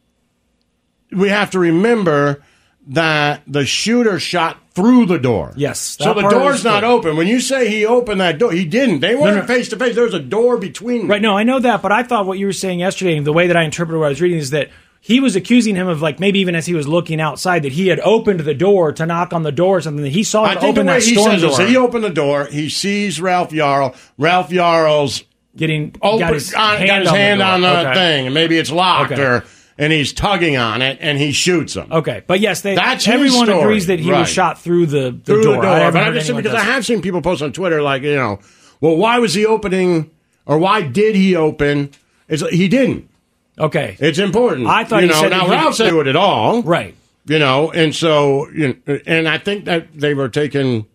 Speaker 1: we have to remember that the shooter shot through the door.
Speaker 2: Yes.
Speaker 1: So
Speaker 2: that
Speaker 1: the
Speaker 2: part
Speaker 1: door's
Speaker 2: is
Speaker 1: not
Speaker 2: good.
Speaker 1: open. When you say he opened that door, he didn't. They weren't face to face. There was a door between them.
Speaker 2: Right. No, I know that, but I thought what you were saying yesterday, and the way that I interpreted what I was reading is that he was accusing him of like maybe even as he was looking outside that he had opened the door to knock on the door or something that he saw
Speaker 1: I
Speaker 2: him
Speaker 1: think the
Speaker 2: Oh, open
Speaker 1: way
Speaker 2: that
Speaker 1: he
Speaker 2: storm
Speaker 1: says
Speaker 2: door.
Speaker 1: is he opened the door. He sees Ralph Jarl. Ralph Jarl's
Speaker 2: getting
Speaker 1: open,
Speaker 2: got his
Speaker 1: Oh, on-
Speaker 2: hand
Speaker 1: got his
Speaker 2: on the
Speaker 1: hand
Speaker 2: door.
Speaker 1: on the
Speaker 2: Okay.
Speaker 1: thing, and maybe it's locked,
Speaker 2: Okay.
Speaker 1: or and he's tugging on it, and he shoots him.
Speaker 2: Okay, but yes, they,
Speaker 1: That's his
Speaker 2: everyone
Speaker 1: story.
Speaker 2: agrees that he
Speaker 1: Right.
Speaker 2: was shot through the, the
Speaker 1: through
Speaker 2: door.
Speaker 1: the door.
Speaker 2: I haven't
Speaker 1: but I'm
Speaker 2: heard
Speaker 1: just saying
Speaker 2: anyone
Speaker 1: because I
Speaker 2: does
Speaker 1: have seen people post on Twitter like you know, well, why was he opening, or why did he open? It's like, he didn't.
Speaker 2: Okay,
Speaker 1: it's important.
Speaker 2: I thought
Speaker 1: you
Speaker 2: he
Speaker 1: know
Speaker 2: said
Speaker 1: now
Speaker 2: that he-
Speaker 1: Ralph said it at all,
Speaker 2: right?
Speaker 1: You know, and so you know, and I think that they were taking.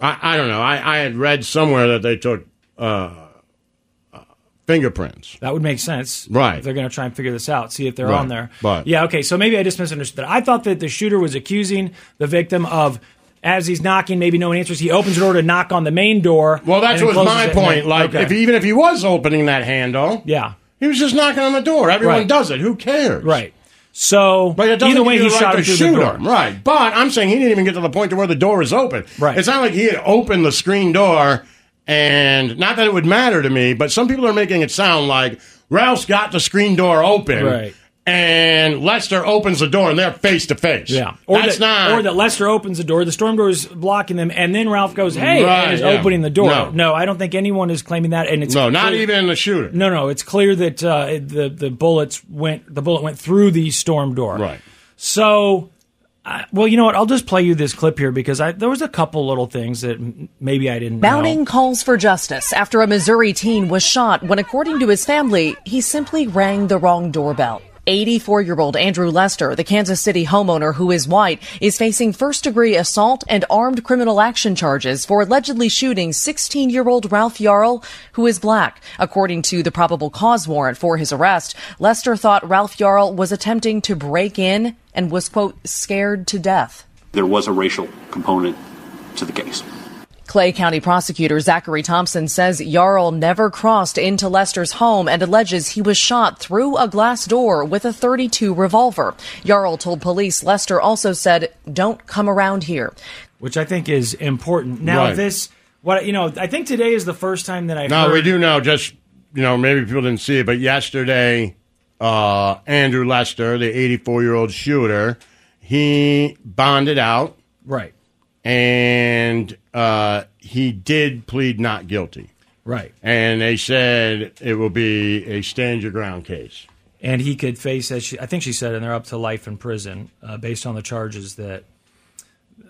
Speaker 1: I, I don't know. I, I had read somewhere that they took uh, uh, fingerprints.
Speaker 2: That would make sense.
Speaker 1: Right.
Speaker 2: If they're going to try and figure this out, see if they're
Speaker 1: Right.
Speaker 2: on there.
Speaker 1: But-
Speaker 2: yeah, okay. So maybe I just misunderstood. I thought that the shooter was accusing the victim of. As he's knocking, maybe no one answers. He opens the door to knock on the main door.
Speaker 1: Well, that's
Speaker 2: and
Speaker 1: was
Speaker 2: then closes
Speaker 1: my
Speaker 2: it and
Speaker 1: point.
Speaker 2: then-
Speaker 1: like,
Speaker 2: okay.
Speaker 1: if even if he was opening that handle,
Speaker 2: yeah,
Speaker 1: he was just knocking on the door. Everyone
Speaker 2: Right.
Speaker 1: does it. Who cares?
Speaker 2: Right. So
Speaker 1: But it doesn't
Speaker 2: either way,
Speaker 1: give
Speaker 2: he
Speaker 1: you the
Speaker 2: shot
Speaker 1: right
Speaker 2: him
Speaker 1: to
Speaker 2: through
Speaker 1: shoot
Speaker 2: the door.
Speaker 1: him. Right. But I'm saying he didn't even get to the point to where the door is open. Right. It's not like he had opened the screen door, and not that it would matter to me, but some people are making it sound like Ralph's got the screen door open.
Speaker 2: Right.
Speaker 1: And Lester opens the door and they're face to face. Yeah.
Speaker 2: Or
Speaker 1: That's
Speaker 2: that,
Speaker 1: not.
Speaker 2: Or that Lester opens the door, the storm door is blocking them, and then Ralph goes, "Hey,"
Speaker 1: Right,
Speaker 2: and is
Speaker 1: yeah.
Speaker 2: opening the door.
Speaker 1: No.
Speaker 2: I don't think anyone is claiming that. And it's
Speaker 1: No, not even the shooter.
Speaker 2: No, no, it's clear that uh, the the bullets went the bullet went through the storm door. Right. So, I well, you know what? I'll just play you this clip here because I there was a couple little things that m- maybe I didn't. know.
Speaker 10: Mounting calls for justice after a Missouri teen was shot when, according to his family, he simply rang the wrong doorbell. 84 year old Andrew Lester, the Kansas City homeowner who is white, is facing first degree assault and armed criminal action charges for allegedly shooting 16 year old Ralph Jarl, who is black. According to the probable cause warrant for his arrest, Lester thought Ralph Jarl was attempting to break in and was, quote, scared to death.
Speaker 12: There was a racial component to the case.
Speaker 10: Clay County prosecutor Zachary Thompson says Jarl never crossed into Lester's home and alleges he was shot through a glass door with a 32 revolver. Jarl told police Lester also said, "Don't come around here."
Speaker 2: which I think is important. Now
Speaker 1: Right.
Speaker 2: this, what you know, I think today is the first time that I
Speaker 1: No,
Speaker 2: heard.
Speaker 1: we do know. Just you know, maybe people didn't see it, but yesterday, uh, Andrew Lester, the 84 year old shooter, he bonded out,
Speaker 2: Right.
Speaker 1: and uh, he did plead not guilty.
Speaker 2: Right.
Speaker 1: And they said it will be a stand your ground case.
Speaker 2: and he could face as she, I think she said, and they're up to life in prison uh, based on the charges that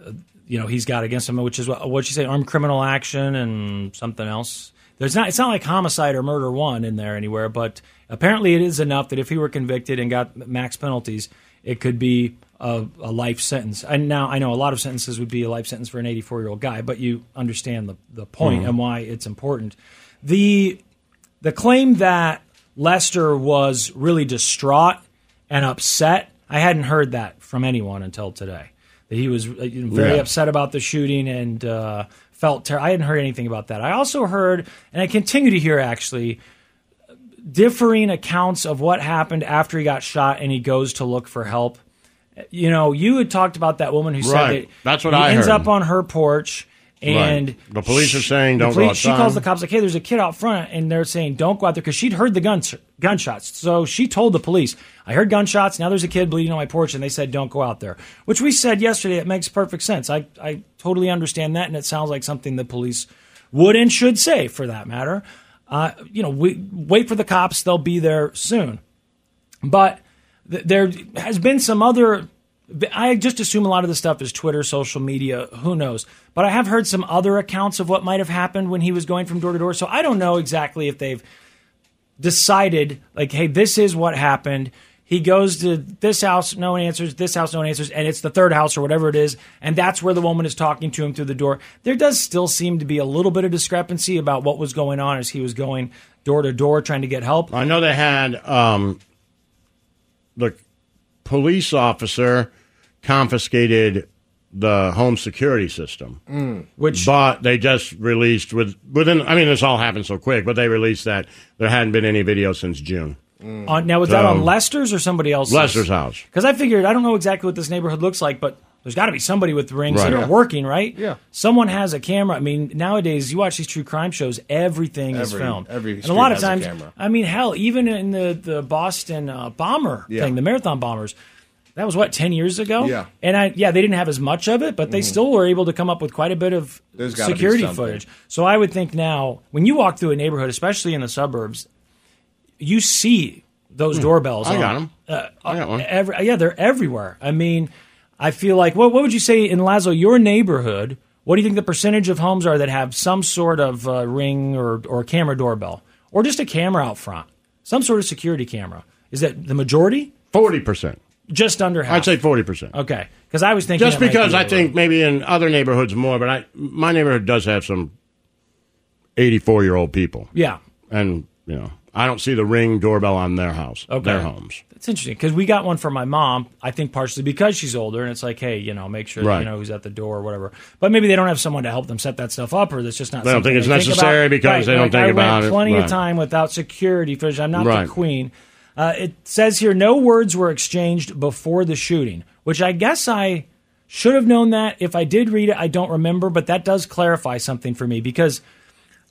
Speaker 2: uh, you know he's got against him, which is what what she say, armed criminal action and something else. There's not it's not like homicide or murder one in there anywhere, but apparently it is enough that if he were convicted and got max penalties, it could be a, a life sentence. And now I know a lot of sentences would be a life sentence for an 84 year old guy, but you understand the the point
Speaker 13: Mhm.
Speaker 2: and why it's important. The the claim that Lester was really distraught and upset, I hadn't heard that from anyone until today. That he was uh, you know, very
Speaker 13: Yeah.
Speaker 2: upset about the shooting and uh, felt ter- I hadn't heard anything about that. I also heard, and I continue to hear actually, differing accounts of what happened after he got shot and he goes to look for help. You know, you had talked about that woman who said
Speaker 1: Right.
Speaker 2: that
Speaker 1: That's what
Speaker 2: he
Speaker 1: I
Speaker 2: ends
Speaker 1: heard.
Speaker 2: up on her porch and
Speaker 1: Right. The police are saying,
Speaker 2: the
Speaker 1: "Don't go
Speaker 2: She
Speaker 1: outside."
Speaker 2: calls the cops like, "Hey, there's a kid out front," and they're saying, "Don't go out there" because she'd heard the guns gunshots. So she told the police, "I heard gunshots. Now there's a kid bleeding on my porch," and they said, "Don't go out there." Which we said yesterday, it makes perfect sense. I I totally understand that, and it sounds like something the police would and should say, for that matter. Uh, you know, we wait for the cops; they'll be there soon. But th- there has been some other. I just assume a lot of the stuff is Twitter, social media, who knows. But I have heard some other accounts of what might have happened when he was going from door to door. So I don't know exactly if they've decided, like, hey, this is what happened. He goes to this house, no one answers, this house, no one answers, and it's the third house or whatever it is. And that's where the woman is talking to him through the door. There does still seem to be a little bit of discrepancy about what was going on as he was going door to door trying to get help.
Speaker 1: I know they had um, the police officer confiscated the home security system.
Speaker 2: Which,
Speaker 1: but they just released with within. I mean, this all happened so quick, but they released that there hadn't been any video since June.
Speaker 2: on, Uh, now, was that on
Speaker 1: So-
Speaker 2: Lester's or somebody else's?
Speaker 1: Lester's house.
Speaker 2: Because I figured I don't know exactly what this neighborhood looks like, but there's got to be somebody with rings
Speaker 1: Right.
Speaker 2: that are
Speaker 1: Yeah.
Speaker 2: working, right?
Speaker 1: Yeah.
Speaker 2: Someone has a camera. I mean, nowadays you watch these true crime shows, everything is
Speaker 3: Every-
Speaker 2: filmed.
Speaker 3: every
Speaker 2: and a
Speaker 3: street
Speaker 2: lot of
Speaker 3: has a
Speaker 2: times,
Speaker 3: camera.
Speaker 2: I mean, hell, even in the the Boston uh, bomber
Speaker 3: Yeah.
Speaker 2: thing, the marathon bombers. That was what ten years ago.
Speaker 3: Yeah.
Speaker 2: and I yeah they didn't have as much of it, but they
Speaker 3: Mhm.
Speaker 2: still were able to come up with quite a bit of
Speaker 3: There's gotta be
Speaker 2: security
Speaker 3: something.
Speaker 2: footage. So I would think now when you walk through a neighborhood, especially in the suburbs, you see those
Speaker 3: Mm.
Speaker 2: doorbells.
Speaker 1: I
Speaker 2: on-
Speaker 1: got 'em.
Speaker 2: Uh,
Speaker 1: I got one.
Speaker 2: every- yeah, they're everywhere. I mean, I feel like what what would you say in Lazo, your neighborhood? What do you think the percentage of homes are that have some sort of uh, ring or or camera doorbell, or just a camera out front, some sort of security camera? Is that the majority?
Speaker 1: Forty percent,
Speaker 2: just under half.
Speaker 1: I'd say forty percent.
Speaker 2: Okay, because I was thinking
Speaker 1: just
Speaker 2: it might be
Speaker 1: because I
Speaker 2: lower.
Speaker 1: think maybe in other neighborhoods more, but I my neighborhood does have some eighty-four year old people,
Speaker 2: yeah,
Speaker 1: and you know I don't see the ring doorbell on their house,
Speaker 2: Okay.
Speaker 1: their homes.
Speaker 2: It's interesting because we got one for my mom. I think partially because she's older, and it's like, hey, you know, make sure that
Speaker 1: Right.
Speaker 2: you know who's at the door or whatever. But maybe they don't have someone to help them set that stuff up, or that's just not.
Speaker 1: They don't
Speaker 2: something
Speaker 1: think it's
Speaker 2: about.
Speaker 1: necessary because
Speaker 2: Right,
Speaker 1: they don't
Speaker 2: like,
Speaker 1: think
Speaker 2: I
Speaker 1: about
Speaker 2: went
Speaker 1: it.
Speaker 2: Plenty of
Speaker 1: Right.
Speaker 2: time without security footage. I'm not
Speaker 1: Right.
Speaker 2: the queen. Uh, it says here no words were exchanged before the shooting, which I guess I should have known that. If I did read it, I don't remember, but that does clarify something for me because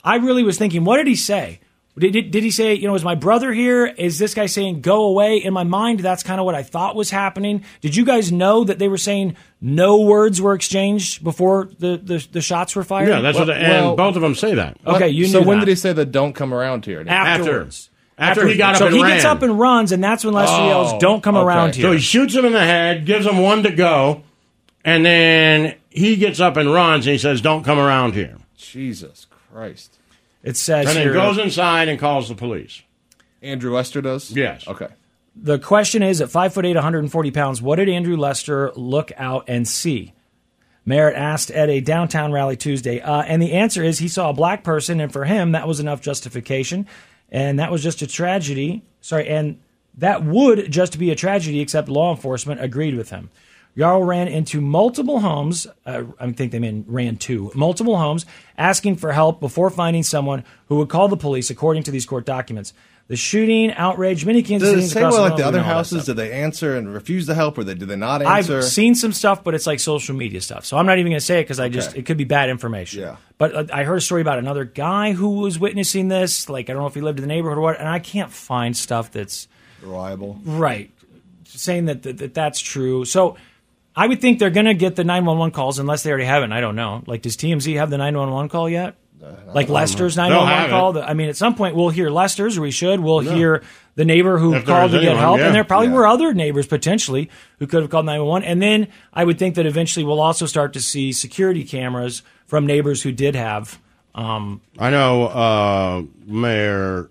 Speaker 2: I really was thinking, what did he say? Did, did, did he say, you know, is my brother here? Is this guy saying go away? In my mind, that's kind of what I thought was happening. Did you guys know that they were saying no words were exchanged before the, the, the shots were fired?
Speaker 1: Yeah, that's what.
Speaker 2: Well-
Speaker 1: The, and
Speaker 2: well,
Speaker 1: both of them say that.
Speaker 2: Okay, you
Speaker 3: So
Speaker 2: knew
Speaker 3: when
Speaker 2: that.
Speaker 3: did he say the "Don't come around here"?
Speaker 2: Afterwards.
Speaker 1: After he got up
Speaker 2: so
Speaker 1: and
Speaker 2: he
Speaker 1: ran. Oh,
Speaker 2: gets up and runs, and that's when Lester yells, "Don't come around here."
Speaker 1: So he shoots him in the head, gives him one to go, and then he gets up and runs and he says, Don't come around here.
Speaker 3: Jesus Christ!
Speaker 2: It says
Speaker 1: and
Speaker 2: here-
Speaker 1: then goes inside and calls the police.
Speaker 3: Andrew Lester does.
Speaker 1: Yes.
Speaker 3: Okay.
Speaker 2: The question is at 5'8, 140 pounds, what did Andrew Lester look out and see? Merritt asked at a downtown rally Tuesday. Uh, and the answer is he saw a black person, and for him, that was enough justification. And that was just a tragedy. Sorry, and that would just be a tragedy, except law enforcement agreed with him. Yarl ran into multiple homes. Uh, I think they mean ran to multiple homes, asking for help before finding someone who would call the police, according to these court documents. The shooting outraged many
Speaker 3: Does
Speaker 2: Kansas
Speaker 3: it
Speaker 2: Citizens
Speaker 3: say
Speaker 2: across
Speaker 3: well,
Speaker 2: the
Speaker 3: like the
Speaker 2: country
Speaker 3: other
Speaker 2: and all that
Speaker 3: houses? Did they answer and refuse the help, or they, did they not answer?
Speaker 2: I've seen some stuff, but it's like social media stuff. So I'm not even going to say it because I just
Speaker 3: Okay.
Speaker 2: it could be bad information. Yeah. But uh, I heard a story about another guy who was witnessing this. Like I don't know if he lived in the neighborhood or what, and I can't find stuff that's
Speaker 3: reliable.
Speaker 2: Right. Saying that, that, that that's true. So I would think they're going to get the 911 calls unless they already haven't. I don't know. oh Like does TMZ have the 911 call yet?
Speaker 1: don't
Speaker 2: like
Speaker 1: know.
Speaker 2: Lester's
Speaker 1: They'll
Speaker 2: 911
Speaker 1: have it.
Speaker 2: call. The- I mean, at some point we'll hear Lester's, or we should. We'll
Speaker 1: Yeah.
Speaker 2: hear the neighbor who
Speaker 1: If there
Speaker 2: called
Speaker 1: was
Speaker 2: to get
Speaker 1: anyone,
Speaker 2: help,
Speaker 1: yeah.
Speaker 2: and there probably were other neighbors potentially who could have called 911. And then I would think that eventually we'll also start to see security cameras from neighbors who did have. Um,
Speaker 1: I know uh, Mayor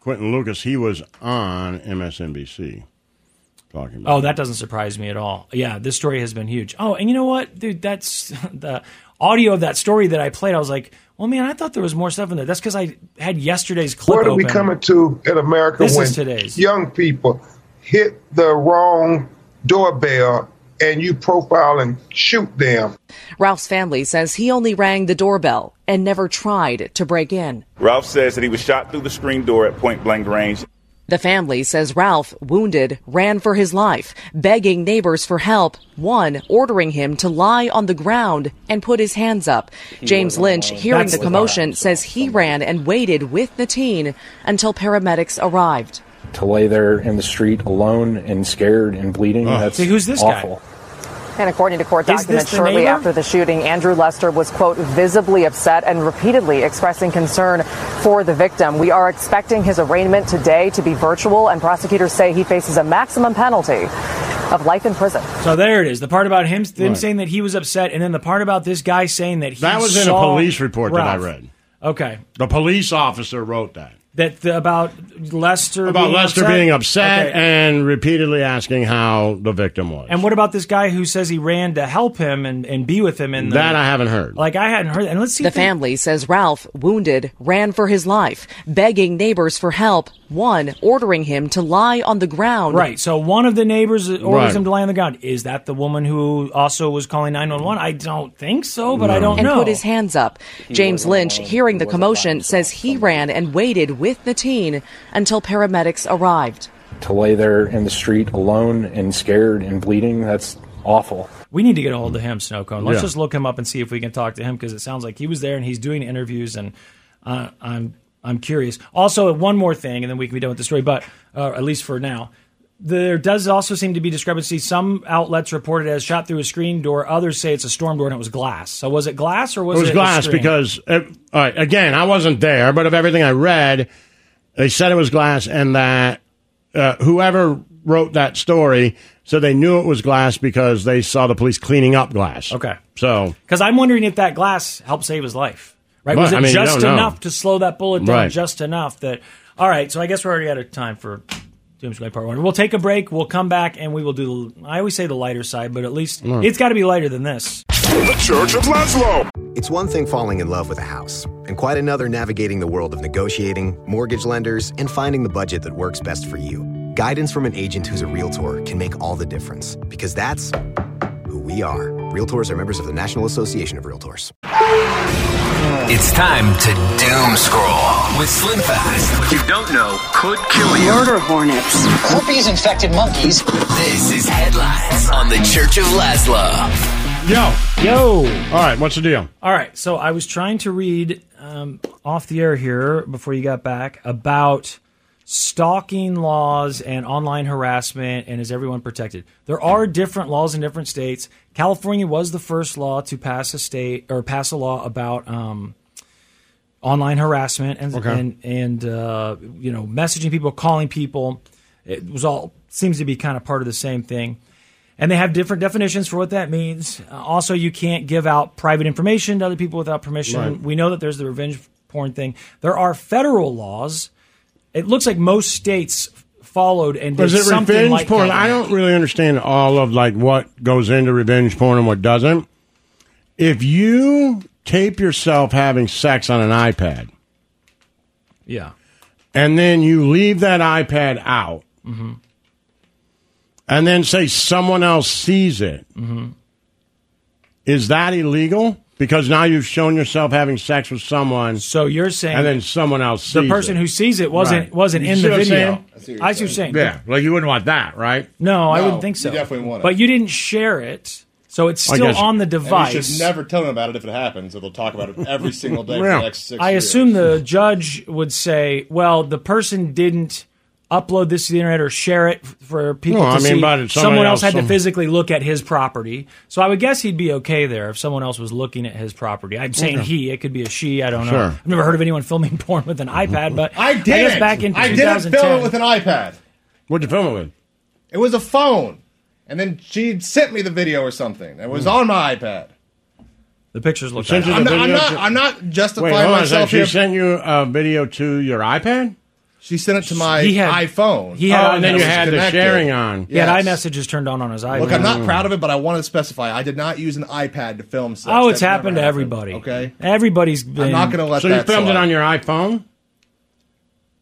Speaker 1: Quentin Lucas, he was on MSNBC talking about
Speaker 2: oh, that doesn't surprise me at all. Yeah, this story has been huge. Oh, and you know what, dude? That's the audio of that story that I played. I was like, well, man, I thought there was more stuff in there. That's because I had yesterday's clip.
Speaker 13: What are we
Speaker 2: open.
Speaker 13: coming to in America
Speaker 2: This is
Speaker 13: when
Speaker 2: today's.
Speaker 13: young people hit the wrong doorbell and you profile and shoot them?
Speaker 10: Ralph's family says he only rang the doorbell and never tried to break in.
Speaker 14: Ralph says that he was shot through the screen door at point blank range.
Speaker 10: The family says Ralph, wounded, ran for his life, begging neighbors for help, one ordering him to lie on the ground and put his hands up. James Lynch, hearing
Speaker 2: That's
Speaker 10: the
Speaker 2: the
Speaker 10: commotion, says he ran and waited with the teen until paramedics arrived.
Speaker 15: to lay there in the street alone and scared and bleeding. That's
Speaker 10: See, who's this guy?
Speaker 15: awful. guy?
Speaker 10: And according to court
Speaker 15: Is this
Speaker 10: documents,
Speaker 15: the
Speaker 10: shortly
Speaker 15: neighbor?
Speaker 10: after the shooting, Andrew Lester was, quote, visibly upset and repeatedly expressing concern for the victim. We are expecting his arraignment today to be virtual, and prosecutors say he faces a maximum penalty of life in prison.
Speaker 2: So there it is. The part about him, them
Speaker 10: Right.
Speaker 2: saying that he was upset, and then the part about this guy saying that he
Speaker 1: That was in a
Speaker 2: saw
Speaker 1: police report that I
Speaker 2: Ralph.
Speaker 1: read.
Speaker 2: Okay,
Speaker 1: The police officer wrote that.
Speaker 2: that the, about Lester
Speaker 1: About
Speaker 2: being
Speaker 1: Lester
Speaker 2: upset?
Speaker 1: being upset
Speaker 2: Okay.
Speaker 1: and repeatedly asking how the victim was.
Speaker 2: And what about this guy who says he ran to help him and, and be with him? In the,
Speaker 1: That I haven't heard.
Speaker 2: Like I hadn't heard. that. And let's see.
Speaker 10: The
Speaker 2: if they-
Speaker 10: family says Ralph, wounded, ran for his life, begging neighbors for help, one ordering him to lie on the ground.
Speaker 2: Right. So one of the neighbors orders
Speaker 10: Right.
Speaker 2: him to lie on the ground. Is that the woman who also was calling nine one one? I don't think so, but I don't
Speaker 10: and
Speaker 2: know.
Speaker 10: put his hands up. James Lynch, hearing the commotion, says he ran and waited with the teen until paramedics arrived.
Speaker 15: To lay there in the street alone and scared and bleeding. That's awful.
Speaker 2: We need to get a hold of him, Snowcone. Let's
Speaker 15: Yeah.
Speaker 2: just look him up and see if we can talk to him because it sounds like he was there and he's doing interviews and uh, I'm I'm curious. Also, one more thing, and then we can be done with the story, but uh, at least for now. There does also seem to be discrepancy. Some outlets report it as shot through a screen door. Others say it's a storm door and it was glass. So was it glass or was it,
Speaker 1: it was
Speaker 2: a
Speaker 1: glass
Speaker 2: screen?
Speaker 1: because uh, all right, again i wasn't there but of everything i read they said it was glass and that uh, whoever wrote that story said they knew it was glass because they saw the police cleaning up glass okay so
Speaker 2: Because I'm wondering if that glass helped save his life. Right?
Speaker 1: Well,
Speaker 2: was it
Speaker 1: I mean, you
Speaker 2: just
Speaker 1: don't know.
Speaker 2: enough to slow that bullet down?
Speaker 1: Right.
Speaker 2: Just enough that. All right. So I guess we're already out of time for Doomsday Part One. We'll take a break. We'll come back and we will do. the- I always say the lighter side, but at least
Speaker 16: Mm.
Speaker 2: it's got to be lighter than this.
Speaker 16: The Church of Laszlo. It's one thing falling in love with a house, and quite another navigating the world of negotiating, mortgage lenders, and finding the budget that works best for you. Guidance from an agent who's a realtor can make all the difference, because that's who we are. Realtors are members of the National Association of Realtors.
Speaker 11: It's time to doom scroll with Slim Fast. What you don't know could kill you. Murder hornets, herpes infected monkeys. This is headlines on the Church of Laszlo.
Speaker 1: Yo.
Speaker 2: Yo. All
Speaker 1: right, what's the deal?
Speaker 2: All right, so I was trying to read um, off the air here before you got back about stalking laws and online harassment and is everyone protected? There are different laws in different states. California was the first law to pass a state or pass a law about um, online harassment and
Speaker 1: Okay.
Speaker 2: and and uh, you know messaging people, calling people. It was all seems to be kind of part of the same thing. And they have different definitions for what that means. Uh, also, you can't give out private information to other people without permission.
Speaker 1: Right.
Speaker 2: We know that there's the revenge porn thing. There are federal laws. It looks like most states followed and did
Speaker 1: Is it
Speaker 2: something
Speaker 1: revenge
Speaker 2: like
Speaker 1: porn?
Speaker 2: that.
Speaker 1: I don't really understand all of like what goes into revenge porn and what doesn't. If you tape yourself having sex on an iPad
Speaker 2: Yeah.
Speaker 1: and then you leave that iPad out
Speaker 2: Mm-hmm.
Speaker 1: and then say someone else sees it,
Speaker 2: Mm-hmm.
Speaker 1: is that illegal? Because now you've shown yourself having sex with someone.
Speaker 2: So you're saying
Speaker 1: and then someone else
Speaker 2: the
Speaker 1: sees
Speaker 2: person
Speaker 1: it.
Speaker 2: who sees it wasn't
Speaker 1: Right.
Speaker 2: wasn't
Speaker 1: You
Speaker 2: in
Speaker 1: see
Speaker 2: the
Speaker 1: what I'm
Speaker 2: video.
Speaker 1: saying?
Speaker 2: I see what you're saying.
Speaker 1: Yeah, like you wouldn't want that, right?
Speaker 2: No, I
Speaker 3: No,
Speaker 2: wouldn't think
Speaker 3: you
Speaker 2: so.
Speaker 3: definitely want it.
Speaker 2: But you didn't share it, so it's
Speaker 1: I
Speaker 2: still
Speaker 1: guess-
Speaker 2: on the
Speaker 3: And
Speaker 2: device.
Speaker 3: you should never tell them about it if it happens. Or they'll talk about it every single day for the next six
Speaker 2: I
Speaker 3: years.
Speaker 2: assume the judge would say, "Well, the person didn't upload this to the internet or share it f- for people
Speaker 1: No,
Speaker 2: to
Speaker 1: I mean,
Speaker 2: see.
Speaker 1: but it's somebody
Speaker 2: someone else
Speaker 1: else-
Speaker 2: had
Speaker 1: some-
Speaker 2: to physically look at his property, so I would guess he'd be okay there if someone else was looking at his property. I'm saying
Speaker 1: Okay.
Speaker 2: he; it could be a she. I don't know.
Speaker 1: Sure.
Speaker 2: I've never heard of anyone filming porn with an iPad, but
Speaker 3: I did.
Speaker 2: guess
Speaker 3: it.
Speaker 2: back in
Speaker 3: I didn't
Speaker 2: 2010,
Speaker 3: film it with an iPad.
Speaker 1: What'd you film it with?
Speaker 3: It was a phone, and then she sent me the video or something. It was
Speaker 1: Hmm.
Speaker 3: on my iPad.
Speaker 2: the pictures look.
Speaker 1: Sent you the
Speaker 3: I'm not, I'm
Speaker 1: video
Speaker 3: not.
Speaker 1: to-
Speaker 3: I'm not justifying
Speaker 1: Wait, hold on a second.
Speaker 3: myself
Speaker 1: She
Speaker 3: here.
Speaker 1: sent you a video to your iPad.
Speaker 3: She sent it to my iPhone.
Speaker 2: He had
Speaker 1: Oh, and then you
Speaker 2: iMessages
Speaker 1: had the
Speaker 2: connected.
Speaker 1: sharing on. Oh.
Speaker 2: He had
Speaker 3: Yes.
Speaker 2: iMessages turned on on his iPad.
Speaker 3: Look, I'm not proud of it, but I want to specify I did not use an iPad to film. Sex.
Speaker 2: Oh, it's
Speaker 3: That's never
Speaker 2: happened to everybody.
Speaker 3: Okay,
Speaker 2: Everybody's been.
Speaker 3: I'm not going to let. that slide.
Speaker 1: your iPhone?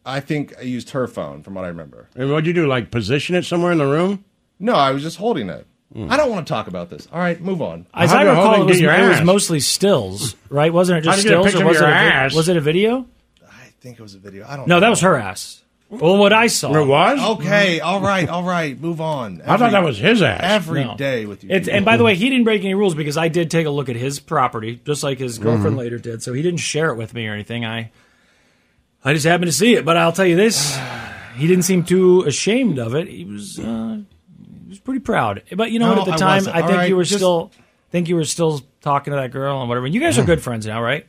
Speaker 3: I think I used her phone, from what I remember.
Speaker 1: And what'd you do? Like position it somewhere in the room?
Speaker 3: No, I was just holding it.
Speaker 1: Hmm.
Speaker 3: I don't want to talk about this. All right, move on.
Speaker 2: As I recall, it was, it was mostly stills, right? Wasn't it just
Speaker 3: How'd you get a
Speaker 2: stills,
Speaker 3: picture
Speaker 2: or
Speaker 3: of
Speaker 2: was it,
Speaker 3: your
Speaker 2: a vi-
Speaker 3: ass?
Speaker 2: was it a video?
Speaker 3: I think it was a video. I don't.
Speaker 2: No, that was her ass. Well, what I saw.
Speaker 3: It Oh.
Speaker 1: was?
Speaker 3: Okay, all right, all right. Move on.
Speaker 2: I thought that was his
Speaker 1: ass.
Speaker 3: Every day
Speaker 2: No.
Speaker 3: with you.
Speaker 2: It's, and by the way, he didn't break any rules because I did take a look at his property, just like his girlfriend
Speaker 3: Mhm.
Speaker 2: later did. So he didn't share it with me or anything. I, I just happened to see it. But I'll tell you this: he didn't seem too ashamed of it. He was, uh, he was pretty proud. But you know
Speaker 3: No,
Speaker 2: what? At
Speaker 3: I
Speaker 2: the time,
Speaker 3: wasn't.
Speaker 2: I
Speaker 3: All
Speaker 2: think
Speaker 3: right,
Speaker 2: you were
Speaker 3: just-
Speaker 2: still, think you were still talking to that girl and whatever. And you guys are good friends now, right?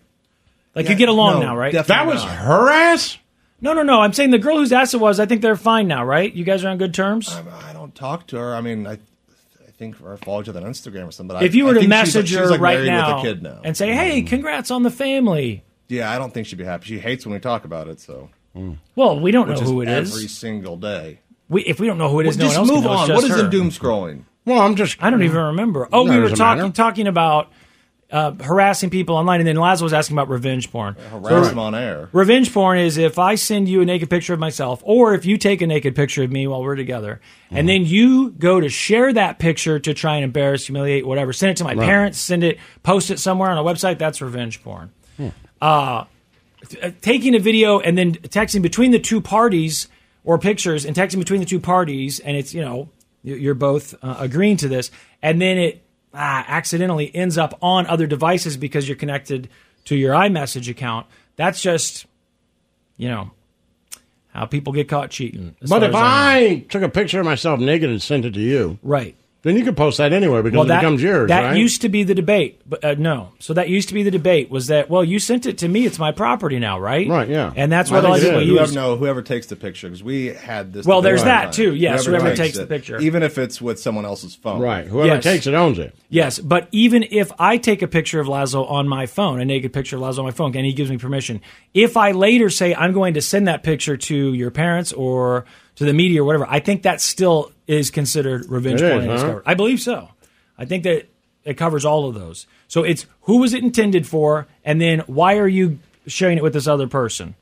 Speaker 2: Like
Speaker 3: Yeah,
Speaker 2: you get along
Speaker 3: no,
Speaker 2: now, right?
Speaker 3: definitely Hmm. That was not.
Speaker 1: her ass.
Speaker 2: No, no, no. I'm saying the girl whose ass it was. I think they're fine now, right? You guys are on good terms.
Speaker 3: I don't talk to her. I mean, I, I think I followed you on Instagram or something. but
Speaker 2: if
Speaker 3: I-
Speaker 2: you were
Speaker 3: I
Speaker 2: to
Speaker 3: think she's, like-
Speaker 2: message
Speaker 3: she's,
Speaker 2: her
Speaker 3: like,
Speaker 2: right
Speaker 3: married with
Speaker 2: now,
Speaker 3: a kid now. Mm-hmm.
Speaker 2: and say, "Hey, congrats on the family."
Speaker 3: Yeah, I don't think she'd be happy. She hates when we talk about it. So,
Speaker 2: Well, we don't know
Speaker 3: is
Speaker 2: who it is.
Speaker 3: every single day.
Speaker 2: We, if we don't know who it is,
Speaker 3: Well, just
Speaker 2: no one else
Speaker 3: move
Speaker 2: can know.
Speaker 3: on.
Speaker 2: It's
Speaker 3: What
Speaker 2: just
Speaker 3: is the
Speaker 2: her.
Speaker 3: doom scrolling?
Speaker 1: Well, I'm just.
Speaker 2: I don't even remember.
Speaker 3: No,
Speaker 2: Oh, we
Speaker 3: it
Speaker 2: were
Speaker 3: doesn't
Speaker 2: talking
Speaker 3: matter.
Speaker 2: talking about uh, harassing people online, and then Lazo was asking about revenge porn.
Speaker 3: Harass
Speaker 2: So-
Speaker 3: them on air.
Speaker 2: Revenge porn is if I send you a naked picture of myself, or if you take a naked picture of me while we're together,
Speaker 3: Mm-hmm.
Speaker 2: and then you go to share that picture to try and embarrass, humiliate, whatever. Send it to my
Speaker 1: Right.
Speaker 2: parents, send it, post it somewhere on a website. That's revenge porn. Uh, t- uh, taking a video and then texting between the two parties or pictures and texting between the two parties, and it's, you know, you- you're both uh, agreeing to this, and then it ah, accidentally ends up on other devices because you're connected to your iMessage account. That's just you know how people get caught cheating. as
Speaker 1: But
Speaker 2: far
Speaker 1: if
Speaker 2: as know.
Speaker 1: I took a picture of myself naked and sent it to you,
Speaker 2: right?
Speaker 1: Then you could post that anywhere because
Speaker 2: well,
Speaker 1: it
Speaker 2: that
Speaker 1: becomes yours,
Speaker 2: that
Speaker 1: right?
Speaker 2: used to be the debate, but uh, no. So that used to be the debate was that well, you sent it to me; it's my property now, right? Right. Yeah. And that's what a lot of people
Speaker 3: whoever,
Speaker 2: use.
Speaker 3: no, whoever takes the picture, 'cause we had this.
Speaker 2: Well,
Speaker 3: debate
Speaker 2: there's
Speaker 3: all
Speaker 2: that,
Speaker 3: the time.
Speaker 2: too. Yes, whoever takes the
Speaker 3: it,
Speaker 2: picture.
Speaker 3: even if it's with someone else's phone.
Speaker 1: Right. Whoever
Speaker 2: Yes.
Speaker 1: takes it owns it.
Speaker 2: Yes, but even if I take a picture of Lazo on my phone, a naked picture of Lazo on my phone, and he gives me permission, if I later say I'm going to send that picture to your parents or to the media or whatever, I think that still is considered revenge
Speaker 1: It is,
Speaker 2: porn. and it's
Speaker 1: huh?
Speaker 2: covered. I believe so. I think that it covers all of those. So it's who was it intended for, and then why are you sharing it with this other person?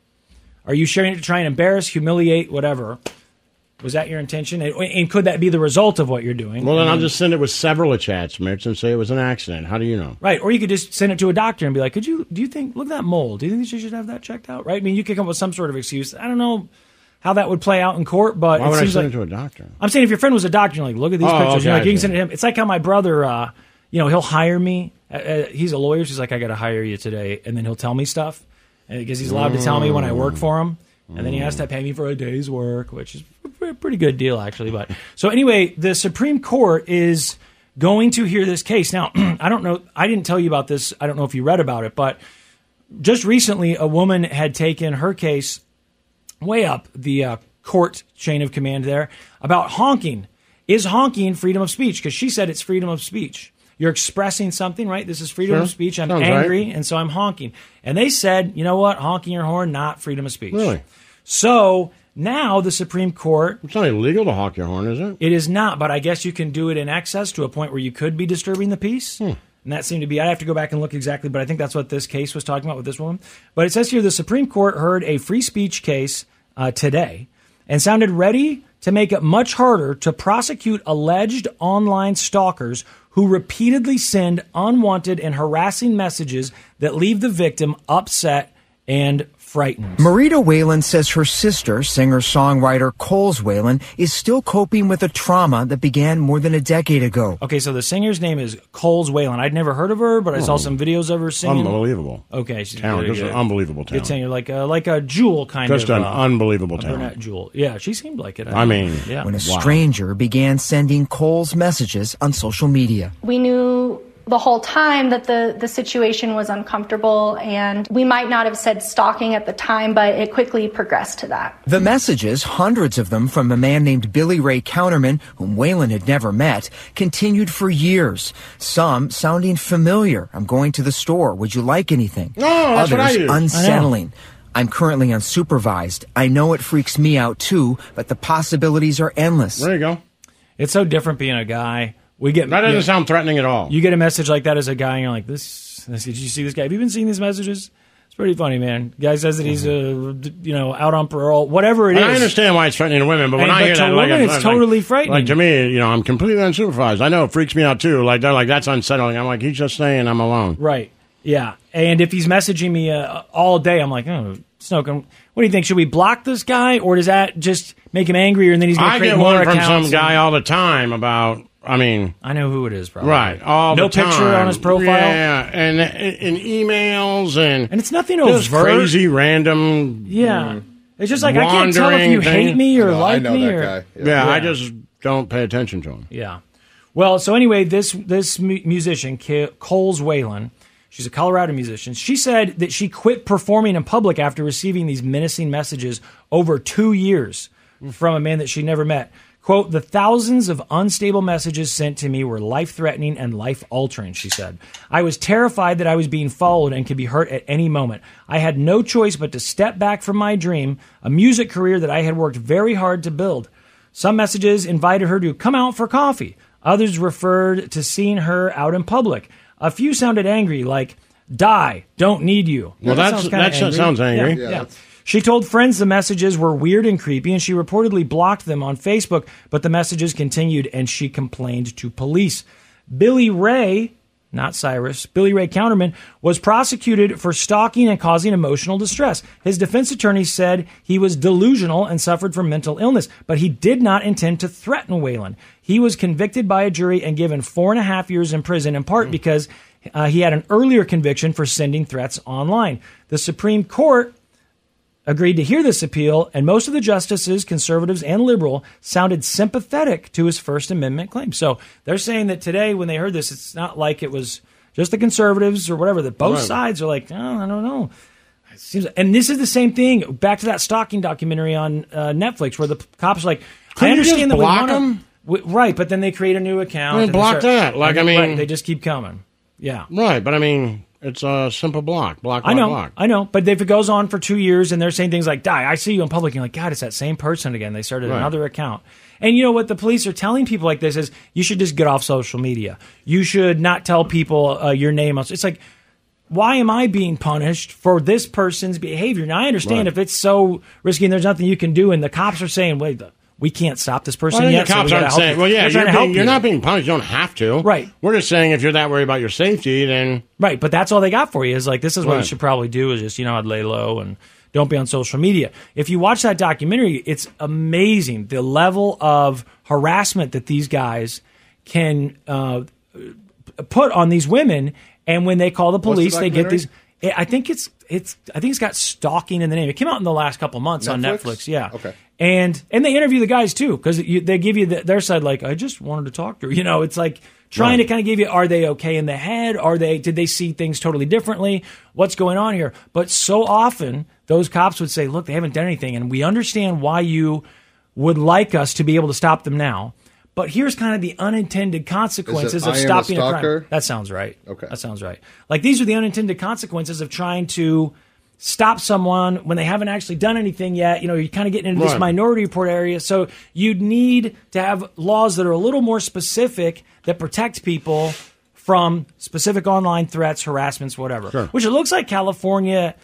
Speaker 2: Are you sharing it to try and embarrass, humiliate, whatever? Was that your intention? And, and could that be the result of what you're doing?
Speaker 1: Well, then
Speaker 2: And
Speaker 1: I'll just send it with several chats, Mitch, and say it was an accident. How do you know?
Speaker 2: Right, or you could just send it to a doctor and be like, "Could you? Do you think? Look at that mole. Do you think she should have that checked out?" Right? I mean, you could come up with some sort of excuse. I don't know how that would play out in court, but
Speaker 1: Why
Speaker 2: it
Speaker 1: would I
Speaker 2: seems
Speaker 1: send
Speaker 2: like
Speaker 1: it to a doctor?
Speaker 2: I'm saying if your friend was a doctor, you're like, "Look at these
Speaker 1: Oh,
Speaker 2: pictures."
Speaker 1: okay,
Speaker 2: you're like,
Speaker 1: I
Speaker 2: you can
Speaker 1: see.
Speaker 2: send it to him. It's like how my brother, uh, you know, he'll hire me. Uh, Uh, he's a lawyer. So he's like, "I got to hire you today," and then he'll tell me stuff because he's allowed to tell me when I work for him, and then he has to pay me for a day's work, which is a pretty good deal actually. But so anyway, the Supreme Court is going to hear this case now. I don't know. I didn't tell you about this. I don't know if you read about it, but just recently, a woman had taken her case way up the uh, court chain of command there about honking. Is honking freedom of speech? Because she said it's freedom of speech. You're expressing something, right? This is freedom
Speaker 1: Sure.
Speaker 2: of speech. I'm
Speaker 1: Sounds right.
Speaker 2: angry, and so I'm honking. And they said, you know what? Honking your horn, not freedom of speech.
Speaker 1: Really?
Speaker 2: So now the Supreme Court.
Speaker 1: It's not illegal to honk your horn, is it?
Speaker 2: It is not, but I guess you can do it in excess to a point where you could be disturbing the peace. And that seemed to be, I have to go back and look exactly, but I think that's what this case was talking about with this woman. But it says here the Supreme Court heard a free speech case uh, today and sounded ready to make it much harder to prosecute alleged online stalkers who repeatedly send unwanted and harassing messages that leave the victim upset and frightened.
Speaker 17: Marita Whalen says her sister, singer songwriter Coles Whalen, is still coping with a trauma that began more than a decade ago.
Speaker 2: Okay, so the singer's name is Coles Whalen. I'd never heard of her, but I saw
Speaker 1: Oh.
Speaker 2: some videos of her singing.
Speaker 1: Unbelievable.
Speaker 2: Okay, she's
Speaker 1: Talent.
Speaker 2: very
Speaker 1: Just
Speaker 2: good.
Speaker 1: an unbelievable
Speaker 2: Good
Speaker 1: talent.
Speaker 2: singer, like a, like a jewel kind
Speaker 1: Just
Speaker 2: of.
Speaker 1: an
Speaker 2: uh,
Speaker 1: unbelievable
Speaker 2: a
Speaker 1: talent.
Speaker 2: brunette jewel. Yeah, she seemed like it.
Speaker 1: I mean,
Speaker 2: yeah.
Speaker 17: When a stranger began sending Coles messages on social media.
Speaker 18: We knew the whole time that the, the situation was uncomfortable, and we might not have said stalking at the time, but it quickly progressed to that.
Speaker 17: The messages, hundreds of them from a man named Billy Ray Counterman, whom Whalen had never met, continued for years. Some sounding familiar. I'm going to the store. Would you like anything?
Speaker 5: No, Oh, that's
Speaker 17: Others
Speaker 5: what I do.
Speaker 17: unsettling. I'm currently unsupervised. I know it freaks me out too, but the possibilities are endless. There
Speaker 1: you go.
Speaker 2: It's so different being a guy. We get
Speaker 17: That doesn't
Speaker 1: sound threatening at all.
Speaker 2: You get a message like that as a guy, and you're like, "This, this did you see this guy? Have you been seeing these messages? It's pretty funny, man. Guy says that he's uh, d you know out on parole, whatever it is.
Speaker 1: And I understand why it's threatening to women, but when
Speaker 2: And-
Speaker 1: I
Speaker 2: but
Speaker 1: hear
Speaker 2: to
Speaker 1: that, like,
Speaker 2: women, it's
Speaker 1: like-
Speaker 2: totally frightening.
Speaker 1: Like to me, you know, I'm completely unsupervised. I know it freaks me out too. Like they're like, that's unsettling. I'm like, he's just saying I'm alone.
Speaker 2: Right. Yeah. And if he's messaging me uh, all day, I'm like, oh, Snowcone, what do you think? Should we block this guy, or does that just make him angrier, and then he's going to
Speaker 1: I
Speaker 2: create
Speaker 1: get
Speaker 2: more
Speaker 1: one from
Speaker 2: accounts?
Speaker 1: some
Speaker 2: and-
Speaker 1: guy all the time about. I mean,
Speaker 2: I know who it is, probably.
Speaker 1: Right, all the
Speaker 2: no
Speaker 1: time.
Speaker 2: picture on his profile.
Speaker 1: Yeah, and and emails and
Speaker 2: and it's nothing
Speaker 1: just
Speaker 2: overt.
Speaker 1: crazy random.
Speaker 2: Yeah. It's just like I can't tell
Speaker 1: Hmm.
Speaker 2: if
Speaker 1: wandering
Speaker 2: you
Speaker 1: thing.
Speaker 2: hate me
Speaker 3: Oh,
Speaker 2: or like me or
Speaker 1: Yeah. I just don't pay attention to him.
Speaker 2: Yeah. Well, so anyway, this this mu- musician, Ki- Coles Whalen, she's a Colorado musician. She said that she quit performing in public after receiving these menacing messages over two years from a man that she never met. "Quote: The thousands of unstable messages sent to me were life-threatening and life-altering." She said, "I was terrified that I was being followed and could be hurt at any moment. I had no choice but to step back from my dream, a music career that I had worked very hard to build." Some messages invited her to come out for coffee. Others referred to seeing her out in public. A few sounded angry, like "Die, don't need you."
Speaker 1: Well, that's-
Speaker 2: kinda
Speaker 1: that sounds angry.
Speaker 2: Yeah,
Speaker 1: Yeah,
Speaker 2: yeah.
Speaker 1: that's-
Speaker 2: She told friends the messages were weird and creepy, and she reportedly blocked them on Facebook. But the messages continued, and she complained to police. Billy Ray, not Cyrus, Billy Ray Counterman was prosecuted for stalking and causing emotional distress. His defense attorney said he was delusional and suffered from mental illness, but he did not intend to threaten Whalen. He was convicted by a jury and given four and a half years in prison, in part because uh, he had an earlier conviction for sending threats online. The Supreme Court agreed to hear this appeal, and most of the justices, conservatives and liberal, sounded sympathetic to his First Amendment claim. So they're saying that today, when they heard this, it's not like it was just the conservatives or whatever. That both
Speaker 19: Right.
Speaker 2: sides are like, oh, I don't know. It seems, and this is the same thing. Back to that stalking documentary on uh, Netflix, where the p- cops are like,
Speaker 1: Couldn't
Speaker 2: I
Speaker 1: you just
Speaker 2: understand that we
Speaker 1: block
Speaker 2: wanna-
Speaker 1: them?
Speaker 2: w- right? But then they create a new account.
Speaker 1: Well,
Speaker 2: and they
Speaker 1: block
Speaker 2: start-
Speaker 1: that. Like, I
Speaker 2: right,
Speaker 1: mean-
Speaker 2: they just keep coming. Yeah.
Speaker 1: Right, but I mean, it's a simple block. Block.
Speaker 2: I
Speaker 1: block,
Speaker 2: know,
Speaker 1: Block.
Speaker 2: I know. But if it goes on for two years and they're saying things like "die," I see you in public, you're like, God, it's that same person again. They started
Speaker 1: Right.
Speaker 2: another account, and you know what the police are telling people like this is you should just get off social media. You should not tell people uh, your name. on- It's like, why am I being punished for this person's behavior? Now I understand
Speaker 1: Right.
Speaker 2: if it's so risky and there's nothing you can do, and the cops are saying, wait, the we can't stop this person
Speaker 1: Well, I think
Speaker 2: yet.
Speaker 1: the
Speaker 2: so
Speaker 1: cops
Speaker 2: we gotta
Speaker 1: aren't
Speaker 2: help
Speaker 1: saying,
Speaker 2: you.
Speaker 1: well, yeah,
Speaker 2: They're
Speaker 1: you're,
Speaker 2: trying to
Speaker 1: being-
Speaker 2: help
Speaker 1: you're
Speaker 2: you.
Speaker 1: not being punished. You don't have to.
Speaker 2: Right.
Speaker 1: We're just saying if you're that worried about your safety, then.
Speaker 2: Right, but that's all they got for you is like this is what you
Speaker 1: Right.
Speaker 2: should probably do is just you know I'd lay low and don't be on social media. If you watch that documentary, it's amazing the level of harassment that these guys can uh, put on these women, and when they call the
Speaker 20: What's the
Speaker 2: police, they get
Speaker 20: documentary?
Speaker 2: these. I I think it's it's I think it's got stalking in the name. It came out in the last couple months on Netflix. Yeah. Okay. And and they interview the guys too because they give you the, their side. Like I just wanted to talk to her. You know, it's like trying
Speaker 20: Right.
Speaker 2: to kind of give you are they okay in the head? Are they did they see things totally differently? What's going on here? But so often those cops would say, look, they haven't done anything, and we understand why you would like us to be able to stop them now. But here's kind of the unintended consequences
Speaker 3: I
Speaker 2: of
Speaker 3: am a
Speaker 2: stopping a, crime.
Speaker 3: stalker?
Speaker 2: That sounds right. Okay. That sounds right. Like these are the unintended consequences of trying to stop someone when they haven't actually done anything yet. You know, you're kind of getting into this
Speaker 20: Right.
Speaker 2: minority report area. So you'd need to have laws that are a little more specific that protect people from specific online threats, harassments, whatever. Which it looks like California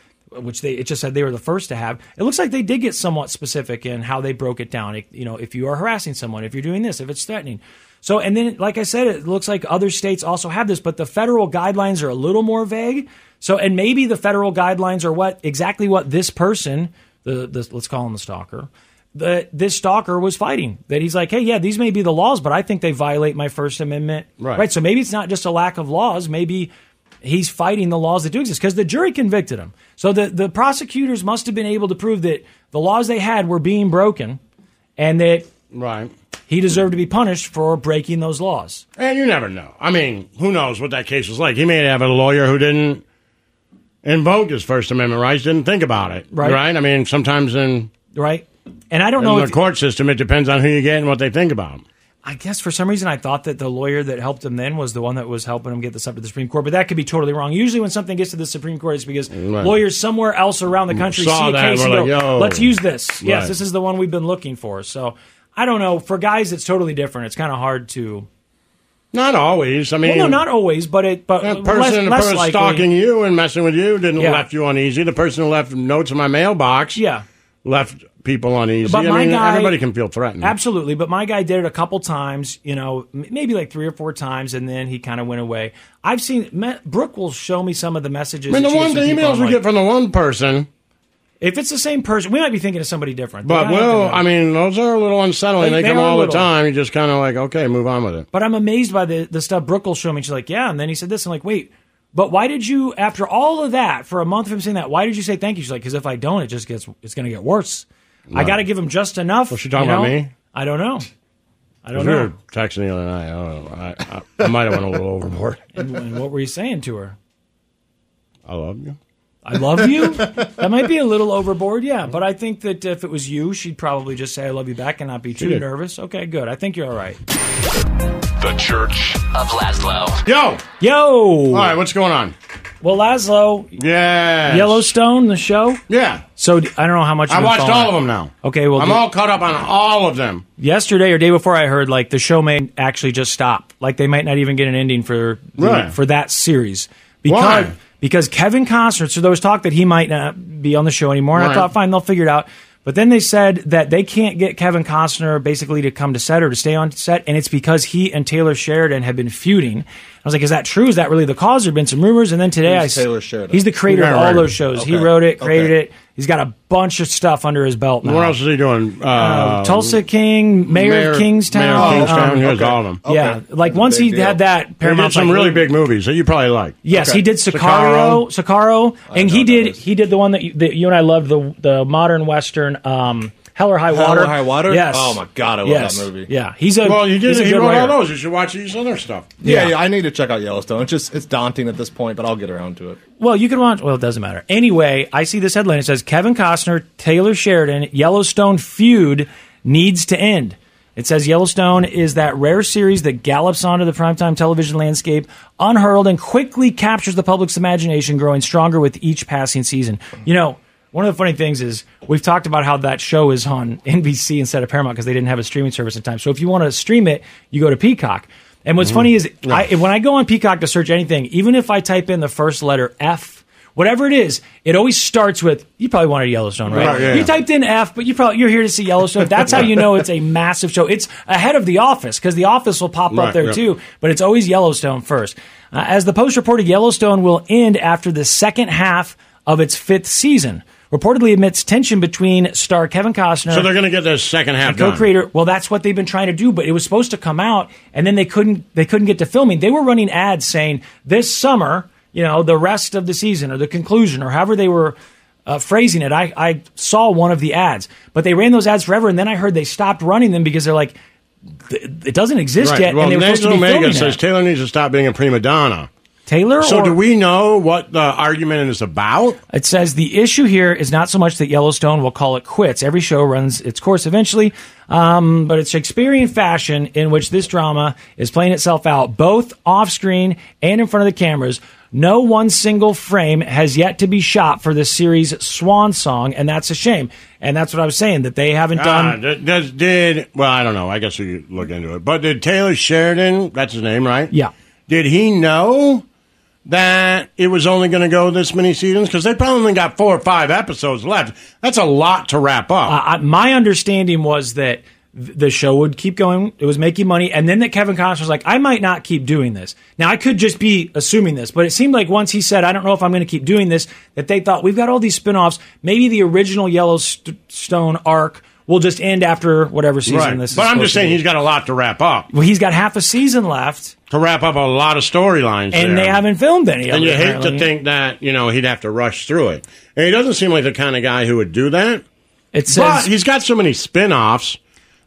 Speaker 2: which they it just said they were the first to have. It looks like they did get somewhat specific in how they broke it down. It- you know, if you are harassing someone, if you're doing this, if it's threatening. So, and then, like I said, it looks like other states also have this, but the federal guidelines are a little more vague. So, and maybe the federal guidelines are what exactly what this person, the, the let's call him the stalker, that this stalker was fighting. That he's like, hey, yeah, these may be the laws, but I think they violate my First Amendment.
Speaker 20: Right.
Speaker 2: right? So maybe it's not just a lack of laws. Maybe he's fighting the laws that do exist because the jury convicted him. So the, the prosecutors must have been able to prove that the laws they had were being broken and that
Speaker 1: right.
Speaker 2: he deserved to be punished for breaking those laws.
Speaker 1: And you never know. I mean, who knows what that case was like? He may have had a lawyer who didn't invoke his First Amendment rights, didn't think about it.
Speaker 2: Right.
Speaker 1: I mean, sometimes in
Speaker 2: right. And I don't
Speaker 1: in
Speaker 2: know
Speaker 1: the
Speaker 2: if-
Speaker 1: court system, it depends on who you get and what they think about. him.
Speaker 2: I guess for some reason I thought that the lawyer that helped him then was the one that was helping him get this up to the Supreme Court, but that could be totally wrong. Usually when something gets to the Supreme Court, it's because lawyers somewhere else around the country
Speaker 1: Saw
Speaker 2: see a
Speaker 1: that,
Speaker 2: case and
Speaker 1: we're
Speaker 2: go,
Speaker 1: like, "Yo."
Speaker 2: let's use this. Yes,
Speaker 1: Right.
Speaker 2: this is the one we've been looking for. So I don't know. For guys, it's totally different. It's kind of hard to.
Speaker 1: Not always. I mean,
Speaker 2: well, no, not always, but it, but
Speaker 1: The person,
Speaker 2: less,
Speaker 1: the
Speaker 2: less
Speaker 1: person
Speaker 2: likely.
Speaker 1: stalking you and messing with you didn't
Speaker 2: Yeah.
Speaker 1: left you uneasy. The person who left notes in my mailbox,
Speaker 2: yeah,
Speaker 1: left people uneasy.
Speaker 2: But
Speaker 1: I
Speaker 2: my
Speaker 1: mean,
Speaker 2: guy-
Speaker 1: everybody can feel threatened.
Speaker 2: Absolutely, but my guy did it a couple times, you know, m- maybe like three or four times, and then he kind of went away. I've seen me, Brooke will show me some of the
Speaker 1: I
Speaker 2: messages.
Speaker 1: mean,
Speaker 2: that
Speaker 1: the
Speaker 2: she
Speaker 1: one
Speaker 2: gets
Speaker 1: the
Speaker 2: from people.
Speaker 1: emails
Speaker 2: I'm
Speaker 1: we
Speaker 2: like,
Speaker 1: get from the one person,
Speaker 2: If it's the same person, we might be thinking of somebody different. They
Speaker 1: but
Speaker 2: gotta
Speaker 1: well,
Speaker 2: have to know.
Speaker 1: I mean, those are a little unsettling. They,
Speaker 2: They- they
Speaker 1: come
Speaker 2: are a
Speaker 1: all the
Speaker 2: little.
Speaker 1: time. You just kind of like, okay, move on with it.
Speaker 2: but I'm amazed by the the stuff Brooke will show me. She's like, yeah, and then he said this. I'm like, wait, but why did you after all of that for a month of him saying that? Why did you say thank you? She's like, because if I don't, it just gets it's going to get worse. I
Speaker 1: Right.
Speaker 2: got to give him just enough.
Speaker 1: Was she talking
Speaker 2: you
Speaker 1: about
Speaker 2: know?
Speaker 1: me?
Speaker 2: I don't know. I don't
Speaker 1: We
Speaker 2: know.
Speaker 1: were texting the other night. I don't know. I, I, I might have went a little overboard.
Speaker 2: And, and what were you saying to her?
Speaker 1: I love you.
Speaker 2: I love you. that might be a little overboard, yeah. But I think that if it was you, she'd probably just say I love you back and not be too
Speaker 1: did.
Speaker 2: nervous. Okay, good. I think you're all right.
Speaker 11: The Church of Laszlo.
Speaker 1: Yo,
Speaker 2: yo. All
Speaker 1: right, what's going on?
Speaker 2: Well, Laszlo.
Speaker 1: Yeah.
Speaker 2: Yellowstone, the show.
Speaker 1: Yeah.
Speaker 2: So d- I don't know how much
Speaker 1: I
Speaker 2: you've been
Speaker 1: watched
Speaker 2: following
Speaker 1: all
Speaker 2: it.
Speaker 1: of them now.
Speaker 2: Okay, well,
Speaker 1: I'm
Speaker 2: do-
Speaker 1: all caught up on all of them.
Speaker 2: yesterday or day before, I heard like the show may actually just stop. Like they might not even get an ending for the-
Speaker 1: Right.
Speaker 2: for that series
Speaker 1: Why?
Speaker 2: because Kevin Costner. So there was talk that he might not be on the show anymore. And I
Speaker 20: Right.
Speaker 2: thought, fine, they'll figure it out. But then they said that they can't get Kevin Costner basically to come to set or to stay on set, and it's because he and Taylor Sheridan have been feuding. I was like, is that true? Is that really the cause? There've been some rumors, and then today
Speaker 3: Who's
Speaker 2: I s-
Speaker 3: Taylor Sheridan?
Speaker 2: He's the creator of
Speaker 3: Never
Speaker 2: all
Speaker 3: heard of
Speaker 2: those
Speaker 3: him.
Speaker 2: shows. He
Speaker 3: Okay.
Speaker 2: wrote it, created
Speaker 3: Okay.
Speaker 2: it. He's got a bunch of stuff under his belt now.
Speaker 1: What else is he doing? Uh,
Speaker 2: Uh, Tulsa King, Mayor, of Kingstown.
Speaker 1: Mayor of Kingstown.
Speaker 2: um,
Speaker 1: he was all of them.
Speaker 2: Yeah, like once he had that,
Speaker 1: He did
Speaker 2: Paramount
Speaker 1: some really big movies that you probably like.
Speaker 2: Yes, he did Sicario, Sicario, and he did he did the one that you, that you and I loved the the modern western um, Hell or High
Speaker 1: Hell or
Speaker 2: Water.
Speaker 1: High Water?
Speaker 2: Yes.
Speaker 1: Oh my God, I love
Speaker 2: Yes.
Speaker 1: that movie.
Speaker 2: Yeah, he's a
Speaker 1: Well, you did.
Speaker 2: he's a
Speaker 1: He
Speaker 2: good
Speaker 1: wrote all
Speaker 2: writer.
Speaker 1: those. You should watch his other stuff.
Speaker 3: Yeah,
Speaker 2: Yeah.
Speaker 3: yeah, I need to check out Yellowstone. It's just it's daunting at this point, but I'll get around to it.
Speaker 2: Well, you can watch. Well, it doesn't matter. Anyway, I see this headline. It says Kevin Costner, Taylor Sheridan, Yellowstone feud needs to end. It says Yellowstone is that rare series that gallops onto the primetime television landscape, unhurled and quickly captures the public's imagination, growing stronger with each passing season. You know, one of the funny things is we've talked about how that show is on NBC instead of Paramount because they didn't have a streaming service in time. So if you want to stream it, you go to Peacock.
Speaker 20: Mm-hmm.
Speaker 2: And what's funny is I, when I go on Peacock to search anything, even if I type in the first letter F, whatever it is, it always starts with you probably wanted Yellowstone, right?
Speaker 20: Right, yeah.
Speaker 2: You typed in F, but you probably you're here to see Yellowstone. That's how you know it's a massive show. It's ahead of The Office because The Office will pop
Speaker 20: Right,
Speaker 2: up there
Speaker 20: yeah.
Speaker 2: too, but it's always Yellowstone first. Uh, as the Post reported, Yellowstone will end after the second half of its fifth season. Reportedly amidst tension between star Kevin Costner
Speaker 1: So they're going to get this second half
Speaker 2: and
Speaker 1: done.
Speaker 2: co-creator. Well, that's what they've been trying to do, but it was supposed to come out, and then they couldn't. They couldn't get to filming. They were running ads saying this summer, you know, the rest of the season or the conclusion or however they were uh, phrasing it. I, I saw one of the ads, but they ran those ads forever, and then I heard they stopped running them because they're like, "Th- it doesn't exist
Speaker 1: Right.
Speaker 2: yet,
Speaker 1: Well,
Speaker 2: and they were supposed
Speaker 1: Nigel
Speaker 2: to be
Speaker 1: Omega
Speaker 2: filming
Speaker 1: says
Speaker 2: that.
Speaker 1: Taylor needs to stop being a prima donna.
Speaker 2: Taylor,
Speaker 1: So
Speaker 2: or-
Speaker 1: do we know what the argument is about?
Speaker 2: It says the issue here is not so much that Yellowstone will call it quits. Every show runs its course eventually, um, but it's Shakespearean fashion in which this drama is playing itself out both off screen and in front of the cameras. No one single frame has yet to be shot for this series' swan song, and that's a shame. And that's what I was saying that they haven't
Speaker 1: Ah,
Speaker 2: done.
Speaker 1: d- does, did well? I don't know. I guess we could look into it. But did Taylor Sheridan? That's his name, right? Yeah. Did he know that it was only going to go this many seasons? Because they probably only got four or five episodes left. That's a lot to wrap up.
Speaker 2: Uh, I, my understanding was that th- the show would keep going. It was making money, and then that Kevin Costner was like, "I might not keep doing this." Now I could just be assuming this, but it seemed like once he said, "I don't know if I'm going to keep doing this," that they thought we've got all these spin-offs. Maybe the original Yellowstone arc will just end after whatever season
Speaker 1: Right.
Speaker 2: this. is
Speaker 1: But I'm just
Speaker 2: supposed to
Speaker 1: saying
Speaker 2: be.
Speaker 1: he's got a lot to wrap up.
Speaker 2: Well, he's got half a season left
Speaker 1: to wrap up a lot of storylines,
Speaker 2: and
Speaker 1: there.
Speaker 2: they haven't filmed any. of
Speaker 1: And
Speaker 2: it,
Speaker 1: you hate to
Speaker 2: apparently.
Speaker 1: think that you know he'd have to rush through it. And he doesn't seem like the kind of guy who would do that.
Speaker 2: It
Speaker 1: but
Speaker 2: says-
Speaker 1: he's got so many spin-offs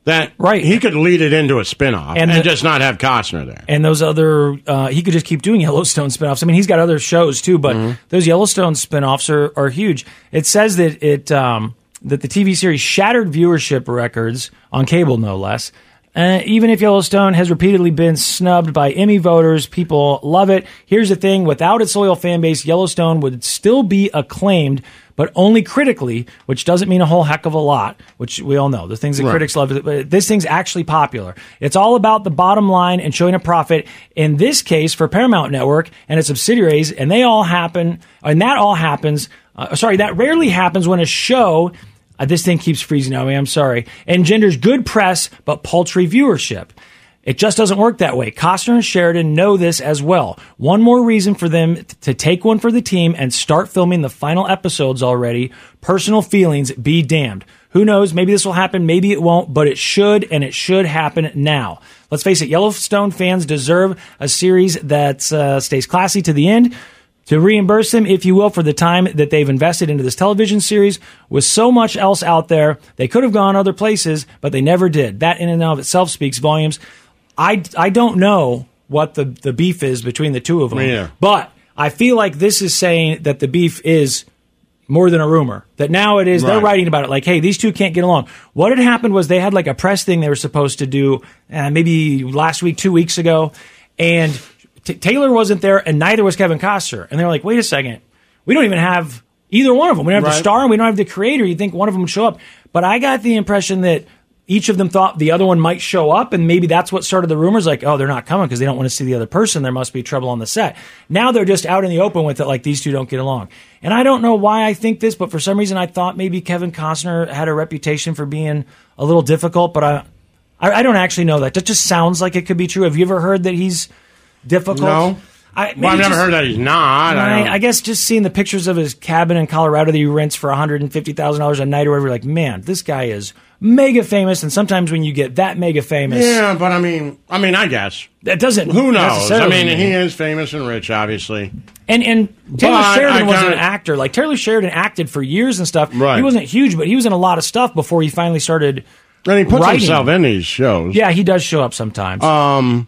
Speaker 1: that right. he could lead it into a spin-off and,
Speaker 2: And the-
Speaker 1: just not have Costner there.
Speaker 2: and those other uh, he could just keep doing Yellowstone spinoffs. I mean, he's got other shows too, but those Yellowstone spinoffs are are huge. It says that it um, that the TV series shattered viewership records on cable, no less. Uh, even if Yellowstone has repeatedly been snubbed by Emmy voters, people love it. Here's the thing: without its loyal fan base, Yellowstone would still be acclaimed, but only critically, which doesn't mean a whole heck of a lot. Which we all know the things that
Speaker 19: Right.
Speaker 2: critics love. But this thing's actually popular. It's all about the bottom line and showing a profit. In this case, for Paramount Network and its subsidiaries, and they all happen, and that all happens. Uh, sorry, that rarely happens when a show. Uh, this thing keeps freezing on me. I'm sorry. Engenders good press but paltry viewership. It just doesn't work that way. Costner and Sheridan know this as well. One more reason for them t- to take one for the team and start filming the final episodes already. Personal feelings be damned. Who knows? Maybe this will happen. Maybe it won't, but it should, and it should happen now. Let's face it, Yellowstone fans deserve a series that uh, stays classy to the end to reimburse them, if you will, for the time that they've invested into this television series. With so much else out there, they could have gone other places, but they never did. That in and of itself speaks volumes. I, I don't know what the, the beef is between the two of them,
Speaker 1: Me neither.
Speaker 2: but I feel like this is saying that the beef is more than a rumor. That now it is, they're
Speaker 1: Right.
Speaker 2: writing about it like, hey, these two can't get along. What had happened was they had like a press thing they were supposed to do uh, maybe last week, two weeks ago, and T- Taylor wasn't there, and neither was Kevin Costner. And they were like, wait a second, we don't even have either one of them. We don't have the
Speaker 20: Right.
Speaker 2: star and we don't have the creator. You'd think one of them would show up. But I got the impression that each of them thought the other one might show up, and maybe that's what started the rumors like, oh, they're not coming because they don't want to see the other person. There must be trouble on the set. Now they're just out in the open with it, like these two don't get along. And I don't know why I think this, but for some reason I thought maybe Kevin Costner had a reputation for being a little difficult, but I. I, I don't actually know that. That just sounds like it could be true. Have you ever heard that he's difficult?
Speaker 1: No.
Speaker 2: I,
Speaker 1: well, I've
Speaker 2: maybe
Speaker 1: never
Speaker 2: just-
Speaker 1: heard that he's not. I,
Speaker 2: I,
Speaker 1: don't-
Speaker 2: I guess just seeing the pictures of his cabin in Colorado that he rents for one hundred and fifty thousand dollars a night or whatever, like man, this guy is mega famous. And sometimes when you get that mega famous,
Speaker 1: yeah, but I mean, I mean, I guess
Speaker 2: that doesn't.
Speaker 1: Who knows? I
Speaker 2: necessarily
Speaker 1: mean,
Speaker 2: mean-
Speaker 1: he is famous and rich, obviously.
Speaker 2: and and
Speaker 1: But
Speaker 2: Taylor
Speaker 1: I
Speaker 2: Sheridan was an
Speaker 1: kinda-
Speaker 2: actor. Like Taylor Sheridan acted for years and stuff.
Speaker 1: Right.
Speaker 2: He wasn't huge, but he was in a lot of stuff before he finally started.
Speaker 1: And he puts
Speaker 2: writing.
Speaker 1: himself in these shows.
Speaker 2: Yeah, he does show up sometimes.
Speaker 1: Um,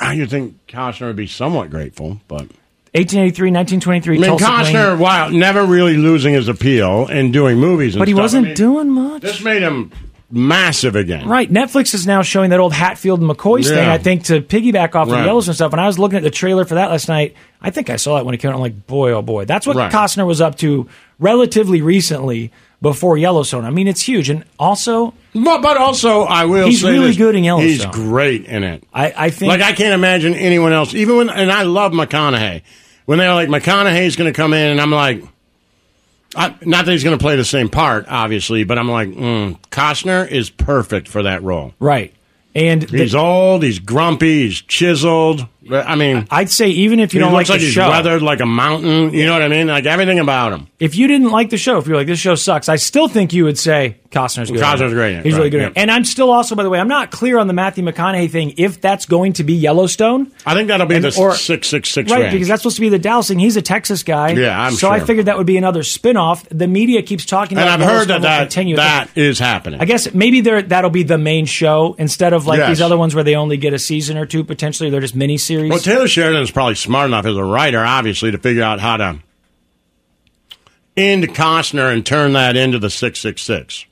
Speaker 1: I would Ah, think Costner would be somewhat grateful, but
Speaker 2: 1883, 1923.
Speaker 1: I mean,
Speaker 2: Tulsa Plain.
Speaker 1: Costner, wow, never really losing his appeal and doing movies. And
Speaker 2: But he
Speaker 1: stuff. I
Speaker 2: wasn't
Speaker 1: mean,
Speaker 2: doing much.
Speaker 1: This made him massive again.
Speaker 2: Right. Netflix is now showing that old Hatfield and McCoy
Speaker 1: Yeah.
Speaker 2: thing, I think, to piggyback off of
Speaker 1: Right.
Speaker 2: the Yellowstone stuff. And I was looking at the trailer for that last night. I think I saw that when it came out. I'm like, boy, oh boy. That's what
Speaker 1: Right.
Speaker 2: Costner was up to relatively recently before Yellowstone. I mean, it's huge. And also,
Speaker 1: but, but also, I will.
Speaker 2: He's
Speaker 1: say
Speaker 2: really
Speaker 1: this,
Speaker 2: good in Yellowstone.
Speaker 1: He's great in it.
Speaker 2: I, I think.
Speaker 1: like I can't imagine anyone else. Even when and I love McConaughey, when they're like McConaughey's going to come in, and I'm like, I, not that he's going to play the same part, obviously, but I'm like, mm, Costner is perfect for that role.
Speaker 2: Right. And
Speaker 1: he's old, he's grumpy, he's chiseled. I mean,
Speaker 2: I'd say even if you
Speaker 1: he
Speaker 2: don't
Speaker 1: looks
Speaker 2: like
Speaker 1: like
Speaker 2: the
Speaker 1: he's
Speaker 2: show-
Speaker 1: weathered like a mountain. You know what I mean? Like everything about him.
Speaker 2: If you didn't like the show, if you're like this show sucks, I still think you would say Costner's good.
Speaker 1: Costner's great in it,
Speaker 2: He's really
Speaker 1: right,
Speaker 2: good. in
Speaker 1: yeah.
Speaker 2: it. And I'm still also, by the way, I'm not clear on the Matthew McConaughey thing. If that's going to be Yellowstone,
Speaker 1: I think that'll be
Speaker 2: And-
Speaker 1: the
Speaker 2: or-
Speaker 1: six six six
Speaker 2: right?
Speaker 1: range.
Speaker 2: Because that's supposed to be the Dallas thing. He's a Texas guy.
Speaker 1: Yeah, I'm
Speaker 2: so I
Speaker 1: sure.
Speaker 2: figured that would be another spin-off. The media keeps talking
Speaker 1: and
Speaker 2: about.
Speaker 1: I've heard
Speaker 2: Yellowstone
Speaker 1: that
Speaker 2: will
Speaker 1: that,
Speaker 2: continue.
Speaker 1: that is happening.
Speaker 2: I guess maybe there that'll be the main show instead of like
Speaker 1: Yes.
Speaker 2: these other ones where they only get a season or two. Potentially, they're just mini series.
Speaker 1: Well, Taylor Sheridan is probably smart enough as a writer, obviously, to figure out how to end Costner and turn that into the six six six.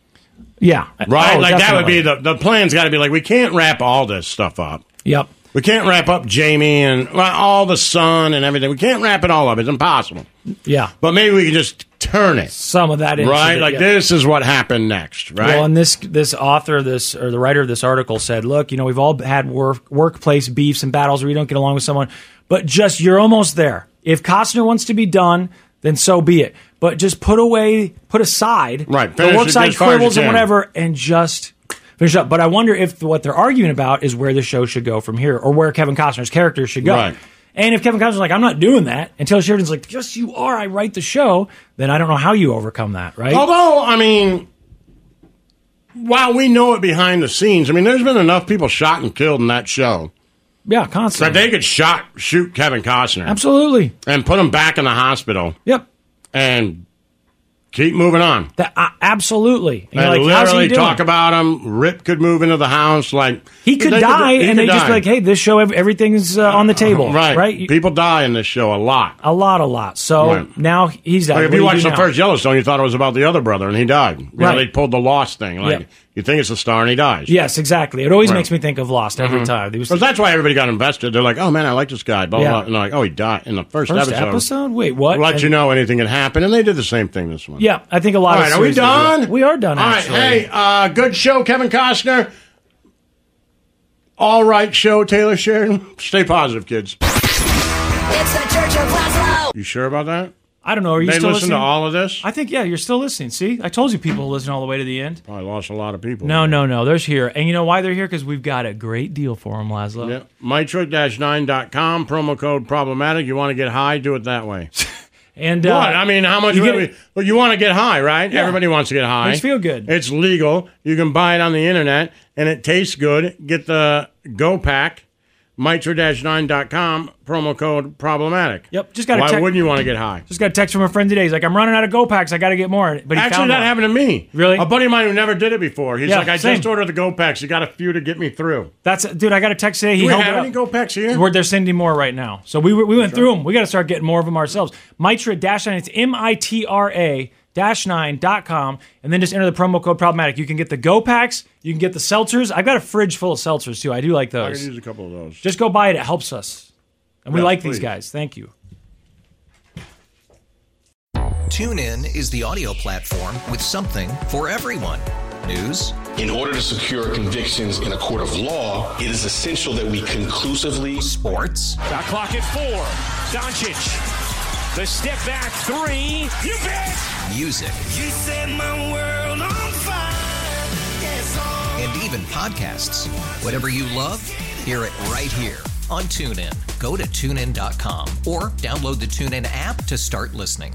Speaker 2: yeah,
Speaker 1: Right?
Speaker 2: Oh,
Speaker 1: like that would
Speaker 2: definitely.
Speaker 1: be the the plan's got to be like we can't wrap all this stuff up.
Speaker 2: Yep.
Speaker 1: We can't wrap up Jamie and well, all the sun and everything. We can't wrap it all up. It's impossible.
Speaker 2: Yeah.
Speaker 1: But maybe we can just turn it.
Speaker 2: Some of that into
Speaker 1: right?
Speaker 2: the-
Speaker 1: Like
Speaker 2: yeah.
Speaker 1: this is what happened next, right?
Speaker 2: Well, and this this author, this or the writer of this article said, "Look, you know, we've all had work, workplace beefs and battles where you don't get along with someone, but just you're almost there. If Costner wants to be done, then so be it. But just put away, put aside,
Speaker 1: Right,
Speaker 2: the
Speaker 1: finish it
Speaker 2: workside
Speaker 1: as far as you
Speaker 2: quibbles and
Speaker 1: can.
Speaker 2: whatever, and just." Finish up, but I wonder if what they're arguing about is where the show should go from here, or where Kevin Costner's character should go.
Speaker 1: Right.
Speaker 2: And if Kevin Costner's like, "I'm not doing that," and Taylor Sheridan's like, "Yes, you are. I write the show," then I don't know how you overcome that, right?
Speaker 1: Although, I mean, while we know it behind the scenes, I mean, there's been enough people shot and killed in that show.
Speaker 2: Yeah,
Speaker 1: That
Speaker 2: constantly.
Speaker 1: they could shot shoot Kevin Costner
Speaker 2: Mm-hmm. Absolutely.
Speaker 1: and put him back in the hospital.
Speaker 2: Yep.
Speaker 1: And keep moving on.
Speaker 2: That, uh, absolutely.
Speaker 1: And,
Speaker 2: you're like, how's he
Speaker 1: literally
Speaker 2: doing?
Speaker 1: talk about him. Rip could move into the house. Like
Speaker 2: He could
Speaker 1: they
Speaker 2: die,
Speaker 1: he
Speaker 2: and
Speaker 1: could
Speaker 2: they
Speaker 1: die.
Speaker 2: just be like, "Hey, this show, ev- everything's uh, on the table,
Speaker 1: right,
Speaker 2: Right?
Speaker 1: People die in this show a lot.
Speaker 2: A lot, a lot. So
Speaker 1: Right.
Speaker 2: now he's out.
Speaker 1: Like if
Speaker 2: What
Speaker 1: you
Speaker 2: do
Speaker 1: watched
Speaker 2: do
Speaker 1: the
Speaker 2: now?
Speaker 1: first Yellowstone, you thought it was about the other brother, and he died. You know,
Speaker 2: Right.
Speaker 1: they pulled the lost thing. Like
Speaker 2: Yep.
Speaker 1: you think it's the star, and he dies.
Speaker 2: yes, exactly. It always
Speaker 1: Right.
Speaker 2: makes me think of Lost every
Speaker 1: Mhm.
Speaker 2: time. It was
Speaker 1: Well, that's why everybody got invested. They're like, "Oh man, I like this guy," blah blah,
Speaker 2: Yeah.
Speaker 1: blah. and they're like, "Oh, he died in the first,
Speaker 2: first
Speaker 1: episode."
Speaker 2: episode. Wait, what?
Speaker 1: We'll let
Speaker 2: And-
Speaker 1: you know anything can happen, and they did the same thing this one.
Speaker 2: Yeah, I think a lot
Speaker 1: All
Speaker 2: of.
Speaker 1: right, are we
Speaker 2: series do
Speaker 1: done?
Speaker 2: that. We are done.
Speaker 1: All right,
Speaker 2: actually.
Speaker 1: hey, uh, good show, Kevin Costner. All right, show Taylor Sheridan. Stay positive, kids.
Speaker 5: It's the Church of Laszlo.
Speaker 1: You sure about that?
Speaker 2: I don't know. Are you
Speaker 1: they
Speaker 2: still
Speaker 1: listen
Speaker 2: listening?
Speaker 1: to all of this?
Speaker 2: I think yeah, you're still listening. See, I told you people listen all the way to the end.
Speaker 1: Probably Oh, lost a lot of people.
Speaker 2: No, no, no. There's here, and you know why they're here? Because we've got a great deal for them, Laszlo.
Speaker 1: Yeah. MyTruck-9.com, promo code problematic. You want to get high, do it that way.
Speaker 2: And
Speaker 1: what?
Speaker 2: uh,
Speaker 1: I mean, how much?
Speaker 2: you
Speaker 1: would
Speaker 2: get
Speaker 1: we- well, you want to get high, right?
Speaker 2: Yeah.
Speaker 1: Everybody wants to get high.
Speaker 2: Makes you feel good.
Speaker 1: It's legal. You can buy it on the internet, and it tastes good. Get the Go Pack, mitra-9.com, promo code problematic.
Speaker 2: Yep, just gotta
Speaker 1: Why
Speaker 2: check-
Speaker 1: wouldn't you want to get high?
Speaker 2: Just got a text from a friend today. He's like, I'm running out of go packs. I got to get more. But he
Speaker 1: Actually,
Speaker 2: found
Speaker 1: that
Speaker 2: one.
Speaker 1: happened to me. Really? A buddy of mine who never did it before. He's
Speaker 2: Yeah,
Speaker 1: like, I
Speaker 2: same.
Speaker 1: just ordered the Go Packs. You got a few to get me through.
Speaker 2: That's dude. I got a text today.
Speaker 1: Do
Speaker 2: He
Speaker 1: we
Speaker 2: held
Speaker 1: have
Speaker 2: it up.
Speaker 1: any Go Packs here?
Speaker 2: We're- they're sending more right now. So we, were- we went through them. We got to start getting more of them ourselves. Mitra dash nine. It's M I T R A dash nine dot com, and then just enter the promo code problematic. You can get the go packs. You can get the seltzers. I've got a fridge full of seltzers too. I do like
Speaker 1: I could
Speaker 2: those.
Speaker 1: use a couple of those.
Speaker 2: Just go buy it. It helps us, and we
Speaker 1: Yeah,
Speaker 2: like these
Speaker 1: please.
Speaker 2: guys. Thank you.
Speaker 6: TuneIn is the audio platform with something for everyone. News,
Speaker 7: In order to secure convictions in a court of law, it is essential that we conclusively
Speaker 6: sports,
Speaker 8: The clock at four. Doncic. The step back three. You bet.
Speaker 6: music,
Speaker 5: You set my world on fire. Yes, all
Speaker 6: and even podcasts. Whatever you love, hear it right here on TuneIn. Go to tunein.com or download the TuneIn app to start listening.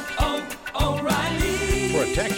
Speaker 19: Protect